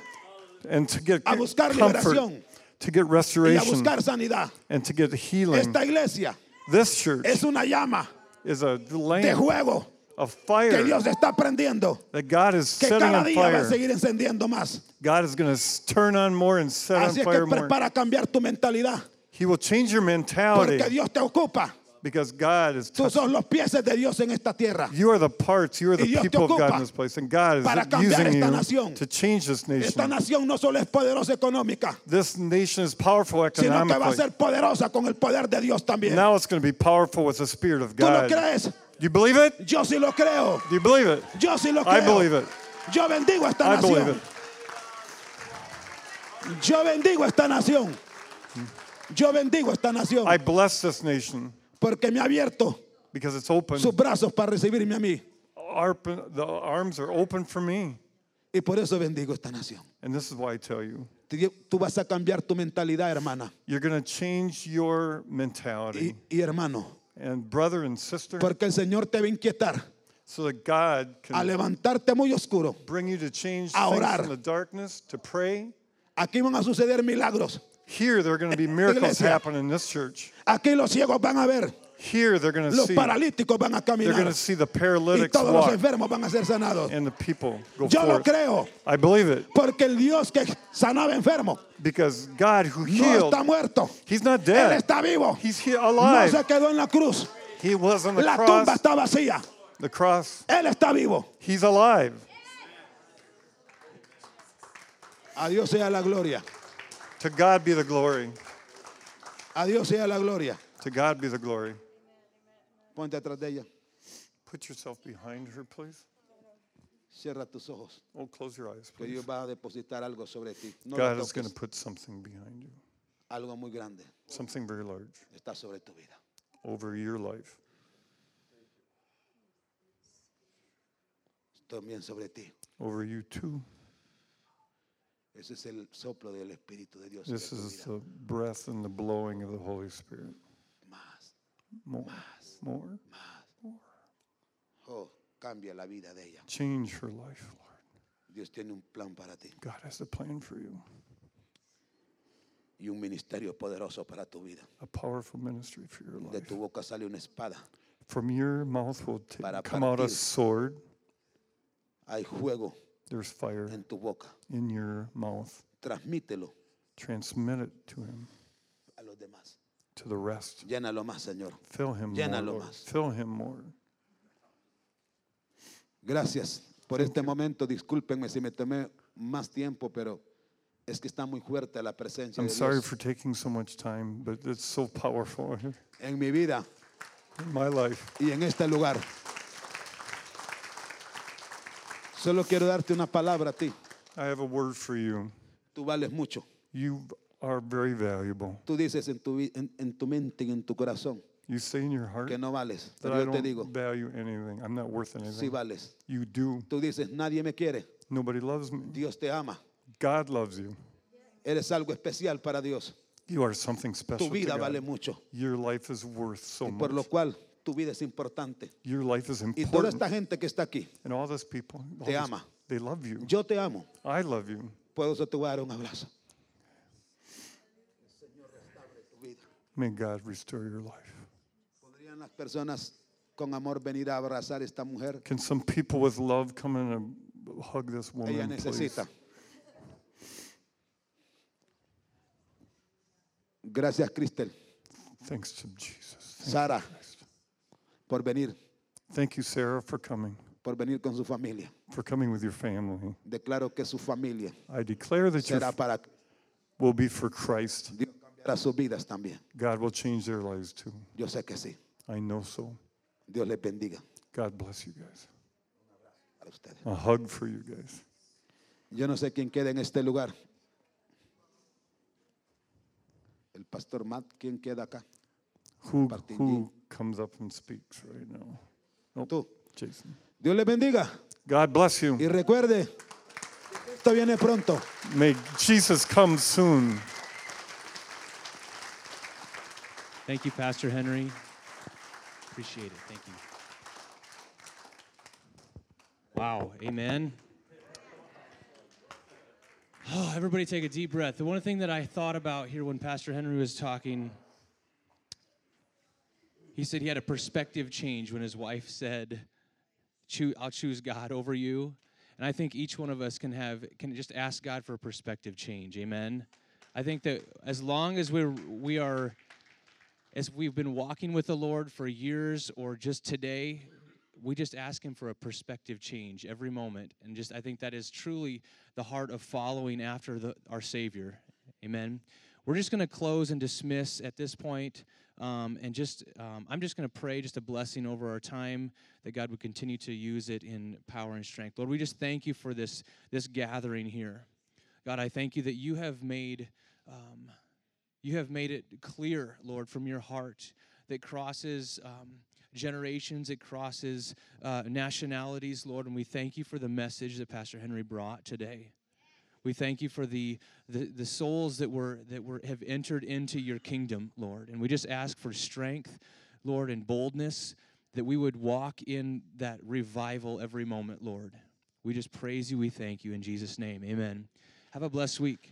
[SPEAKER 4] and to get
[SPEAKER 3] a buscar
[SPEAKER 4] comfort,
[SPEAKER 3] liberación.
[SPEAKER 4] to get
[SPEAKER 3] y a
[SPEAKER 4] restoration,
[SPEAKER 3] buscar sanidad.
[SPEAKER 4] and to get healing.
[SPEAKER 3] Esta iglesia
[SPEAKER 4] This church
[SPEAKER 3] es una llama
[SPEAKER 4] is a
[SPEAKER 3] de
[SPEAKER 4] lamp,
[SPEAKER 3] juego
[SPEAKER 4] a
[SPEAKER 3] que
[SPEAKER 4] fire
[SPEAKER 3] Dios está prendiendo,
[SPEAKER 4] that God is
[SPEAKER 3] que
[SPEAKER 4] setting
[SPEAKER 3] cada
[SPEAKER 4] on
[SPEAKER 3] día va a
[SPEAKER 4] fire.
[SPEAKER 3] seguir encendiendo más.
[SPEAKER 4] God is going to turn on more and set on
[SPEAKER 3] Así es que
[SPEAKER 4] fire more.
[SPEAKER 3] prepara cambiar tu mentalidad.
[SPEAKER 4] He will change your mentality
[SPEAKER 3] Porque Dios te ocupa.
[SPEAKER 4] because God is
[SPEAKER 3] Tú
[SPEAKER 4] touching.
[SPEAKER 3] sos los pies de Dios en esta tierra.
[SPEAKER 4] You are the parts, you are the
[SPEAKER 3] Y Dios te
[SPEAKER 4] people of God
[SPEAKER 3] ocupa
[SPEAKER 4] in this place, and God
[SPEAKER 3] para
[SPEAKER 4] is
[SPEAKER 3] cambiar
[SPEAKER 4] using
[SPEAKER 3] esta
[SPEAKER 4] you
[SPEAKER 3] nación.
[SPEAKER 4] to change this
[SPEAKER 3] Esta
[SPEAKER 4] nation.
[SPEAKER 3] nación no solo es poderosa económica,
[SPEAKER 4] This nation is powerful
[SPEAKER 3] sino que va a
[SPEAKER 4] economically.
[SPEAKER 3] ser poderosa con el poder de Dios también.
[SPEAKER 4] Now it's going to be powerful with the Spirit of
[SPEAKER 3] ¿Tú lo
[SPEAKER 4] God.
[SPEAKER 3] crees?
[SPEAKER 4] You believe it?
[SPEAKER 3] Yo sí lo creo.
[SPEAKER 4] Do you believe it?
[SPEAKER 3] Yo sí lo
[SPEAKER 4] I
[SPEAKER 3] creo.
[SPEAKER 4] believe it.
[SPEAKER 3] Yo bendigo a esta
[SPEAKER 4] I believe it.
[SPEAKER 3] nación. Yo bendigo a esta nación. Yo bendigo a esta nación.
[SPEAKER 4] I bless this nation
[SPEAKER 3] Porque me ha abierto
[SPEAKER 4] because it's open.
[SPEAKER 3] sus brazos para recibirme a mí.
[SPEAKER 4] Arp- The arms are open for me.
[SPEAKER 3] Y por eso bendigo esta nación.
[SPEAKER 4] And this is why I tell you
[SPEAKER 3] Tú- Tú vas a cambiar tu mentalidad, hermana.
[SPEAKER 4] you're going to change your mentality.
[SPEAKER 3] Y, y hermano,
[SPEAKER 4] And brother and sister,
[SPEAKER 3] porque el Señor te va a inquietar
[SPEAKER 4] so that God
[SPEAKER 3] a
[SPEAKER 4] can
[SPEAKER 3] levantarte muy oscuro.
[SPEAKER 4] bring you to change
[SPEAKER 3] a
[SPEAKER 4] things
[SPEAKER 3] orar.
[SPEAKER 4] from the darkness, to pray.
[SPEAKER 3] Aquí van a suceder milagros.
[SPEAKER 4] Here, there are going to be miracles
[SPEAKER 3] Iglesia.
[SPEAKER 4] happen in this church.
[SPEAKER 3] Aquí los ciegos van a ver.
[SPEAKER 4] Here, they're going to
[SPEAKER 3] Los
[SPEAKER 4] see.
[SPEAKER 3] paralíticos van a
[SPEAKER 4] They're going
[SPEAKER 3] caminar.
[SPEAKER 4] to see the
[SPEAKER 3] Y
[SPEAKER 4] paralytics
[SPEAKER 3] todos los
[SPEAKER 4] walk
[SPEAKER 3] enfermos van a ser sanados.
[SPEAKER 4] and the people go
[SPEAKER 3] Yo lo
[SPEAKER 4] forth.
[SPEAKER 3] creo.
[SPEAKER 4] I believe it
[SPEAKER 3] Porque el Dios que sanaba enfermos
[SPEAKER 4] because God who
[SPEAKER 3] no
[SPEAKER 4] healed,
[SPEAKER 3] está muerto.
[SPEAKER 4] He's not
[SPEAKER 3] Él
[SPEAKER 4] dead.
[SPEAKER 3] está vivo.
[SPEAKER 4] He's he-
[SPEAKER 3] No
[SPEAKER 4] alive.
[SPEAKER 3] se quedó en la cruz.
[SPEAKER 4] He was on the
[SPEAKER 3] La tumba
[SPEAKER 4] cross.
[SPEAKER 3] está vacía.
[SPEAKER 4] The cross.
[SPEAKER 3] Él está vivo.
[SPEAKER 4] He's alive.
[SPEAKER 3] A Dios sea la gloria.
[SPEAKER 4] To God be the glory.
[SPEAKER 3] A Dios sea la gloria.
[SPEAKER 4] To God be the glory.
[SPEAKER 3] Ponte atrás de ella.
[SPEAKER 4] Put yourself behind her, please.
[SPEAKER 3] Cierra tus ojos.
[SPEAKER 4] Oh, close your eyes,
[SPEAKER 3] Que
[SPEAKER 4] please.
[SPEAKER 3] Dios va a depositar algo sobre ti. No lo
[SPEAKER 4] God is
[SPEAKER 3] toques.
[SPEAKER 4] going to put something behind you,
[SPEAKER 3] Algo muy grande
[SPEAKER 4] something very large
[SPEAKER 3] está sobre tu vida.
[SPEAKER 4] over your life,
[SPEAKER 3] También sobre ti.
[SPEAKER 4] over you too.
[SPEAKER 3] Ese es el soplo del Espíritu de Dios. sobre
[SPEAKER 4] This
[SPEAKER 3] tu
[SPEAKER 4] is
[SPEAKER 3] vida.
[SPEAKER 4] the breath and the blowing of the Holy Spirit.
[SPEAKER 3] Más,
[SPEAKER 4] More, more.
[SPEAKER 3] más. Oh, cambia la vida de ella.
[SPEAKER 4] Change her life, Lord.
[SPEAKER 3] Dios tiene un plan para ti
[SPEAKER 4] God has a plan for you,
[SPEAKER 3] y un ministerio poderoso para tu vida.
[SPEAKER 4] a powerful ministry for your
[SPEAKER 3] De
[SPEAKER 4] life.
[SPEAKER 3] tu boca sale una espada.
[SPEAKER 4] From your mouth will t-
[SPEAKER 3] Para
[SPEAKER 4] come out a
[SPEAKER 3] partir.
[SPEAKER 4] sword.
[SPEAKER 3] Hay juego
[SPEAKER 4] There's fire
[SPEAKER 3] en tu boca.
[SPEAKER 4] in your mouth.
[SPEAKER 3] Transmítelo
[SPEAKER 4] Transmit it to him,
[SPEAKER 3] a los demás.
[SPEAKER 4] to the rest.
[SPEAKER 3] Llénalo más, Señor.
[SPEAKER 4] Fill him more.
[SPEAKER 3] Llénalo
[SPEAKER 4] Lord.
[SPEAKER 3] más.
[SPEAKER 4] Fill him more.
[SPEAKER 3] Gracias por este momento. Discúlpenme si me tomé más tiempo, pero es que está muy fuerte la presencia
[SPEAKER 4] I'm
[SPEAKER 3] de
[SPEAKER 4] sorry
[SPEAKER 3] Dios
[SPEAKER 4] for taking so much time, but it's so powerful here
[SPEAKER 3] en mi vida
[SPEAKER 4] in my life.
[SPEAKER 3] y en este lugar. Solo quiero darte una palabra a ti.
[SPEAKER 4] I have a word for you.
[SPEAKER 3] Tú vales mucho.
[SPEAKER 4] You are very valuable.
[SPEAKER 3] Tú dices en tu, vi- en, en tu mente y en tu corazón
[SPEAKER 4] You say in your heart
[SPEAKER 3] que no vales.
[SPEAKER 4] that
[SPEAKER 3] Pero
[SPEAKER 4] I
[SPEAKER 3] yo te
[SPEAKER 4] don't
[SPEAKER 3] digo,
[SPEAKER 4] value anything. I'm not worth
[SPEAKER 3] sí
[SPEAKER 4] anything.
[SPEAKER 3] vales.
[SPEAKER 4] You do.
[SPEAKER 3] Tú dices, nadie me quiere.
[SPEAKER 4] Nobody loves me.
[SPEAKER 3] Dios te ama.
[SPEAKER 4] God loves you.
[SPEAKER 3] Eres algo especial para Dios.
[SPEAKER 4] You are something special.
[SPEAKER 3] Tu
[SPEAKER 4] to
[SPEAKER 3] vida vale
[SPEAKER 4] God.
[SPEAKER 3] mucho.
[SPEAKER 4] Your life is worth so
[SPEAKER 3] Y por lo
[SPEAKER 4] much.
[SPEAKER 3] cual tu vida es importante.
[SPEAKER 4] Your life is
[SPEAKER 3] Y toda
[SPEAKER 4] important.
[SPEAKER 3] esta gente que está aquí,
[SPEAKER 4] And all those people, all
[SPEAKER 3] Te
[SPEAKER 4] these-
[SPEAKER 3] ama.
[SPEAKER 4] they love you.
[SPEAKER 3] yo te amo.
[SPEAKER 4] I love you.
[SPEAKER 3] Puedo eso te voy a dar un abrazo.
[SPEAKER 4] May God restore your life.
[SPEAKER 3] ¿Podrían las personas con amor venir a abrazar a esta mujer?
[SPEAKER 4] Can some people with love come in and hug this woman?
[SPEAKER 3] Ella
[SPEAKER 4] please?
[SPEAKER 3] necesita. Gracias, Cristel,
[SPEAKER 4] Thanks to Jesus. Thank,
[SPEAKER 3] Sara, por venir,
[SPEAKER 4] thank you, Sarah, for coming,
[SPEAKER 3] por venir con su familia.
[SPEAKER 4] for coming with your family.
[SPEAKER 3] Declaro que su familia
[SPEAKER 4] I declare that your
[SPEAKER 3] será
[SPEAKER 4] f-
[SPEAKER 3] para
[SPEAKER 4] will be for Christ.
[SPEAKER 3] Dios cambiará sus vidas también.
[SPEAKER 4] God will change their lives too.
[SPEAKER 3] Yo sé que sí.
[SPEAKER 4] I know so.
[SPEAKER 3] Dios les bendiga
[SPEAKER 4] God bless you guys.
[SPEAKER 3] a ustedes.
[SPEAKER 4] A hug for you guys.
[SPEAKER 3] Yo no sé quién queda en este lugar. El pastor Matt, ¿quién queda acá?
[SPEAKER 4] Who,
[SPEAKER 3] Martin
[SPEAKER 4] who comes up and speaks right now? Nope.
[SPEAKER 3] Tú.
[SPEAKER 4] Jason.
[SPEAKER 3] Dios les bendiga.
[SPEAKER 4] God bless you.
[SPEAKER 3] Y recuerde, esto viene pronto.
[SPEAKER 4] May Jesus come soon.
[SPEAKER 5] Thank you, Pastor Henry. Appreciate it. Thank you. Wow. Amen. Oh, everybody take a deep breath. The one thing that I thought about here when Pastor Henry was talking, he said he had a perspective change when his wife said, "Choo- I'll choose God over you. And I think each one of us can have, can just ask God for a perspective change. Amen. I think that as long as we're we are as we've been walking with the Lord for years or just today, we just ask him for a perspective change every moment. And just I think that is truly the heart of following after the, our Savior. Amen. We're just going to close and dismiss at this point, um, and just um, I'm just going to pray just a blessing over our time that God would continue to use it in power and strength. Lord, we just thank you for this this gathering here. God, I thank you that you have made um, you have made it clear, Lord, from your heart that crosses um, generations, it crosses uh, nationalities, Lord. And we thank you for the message that Pastor Henry brought today. We thank you for the, the, the souls that were that were have entered into your kingdom, Lord. And we just ask for strength, Lord, and boldness that we would walk in that revival every moment, Lord. We just praise you, we thank you in Jesus' name. Amen. Have a blessed week.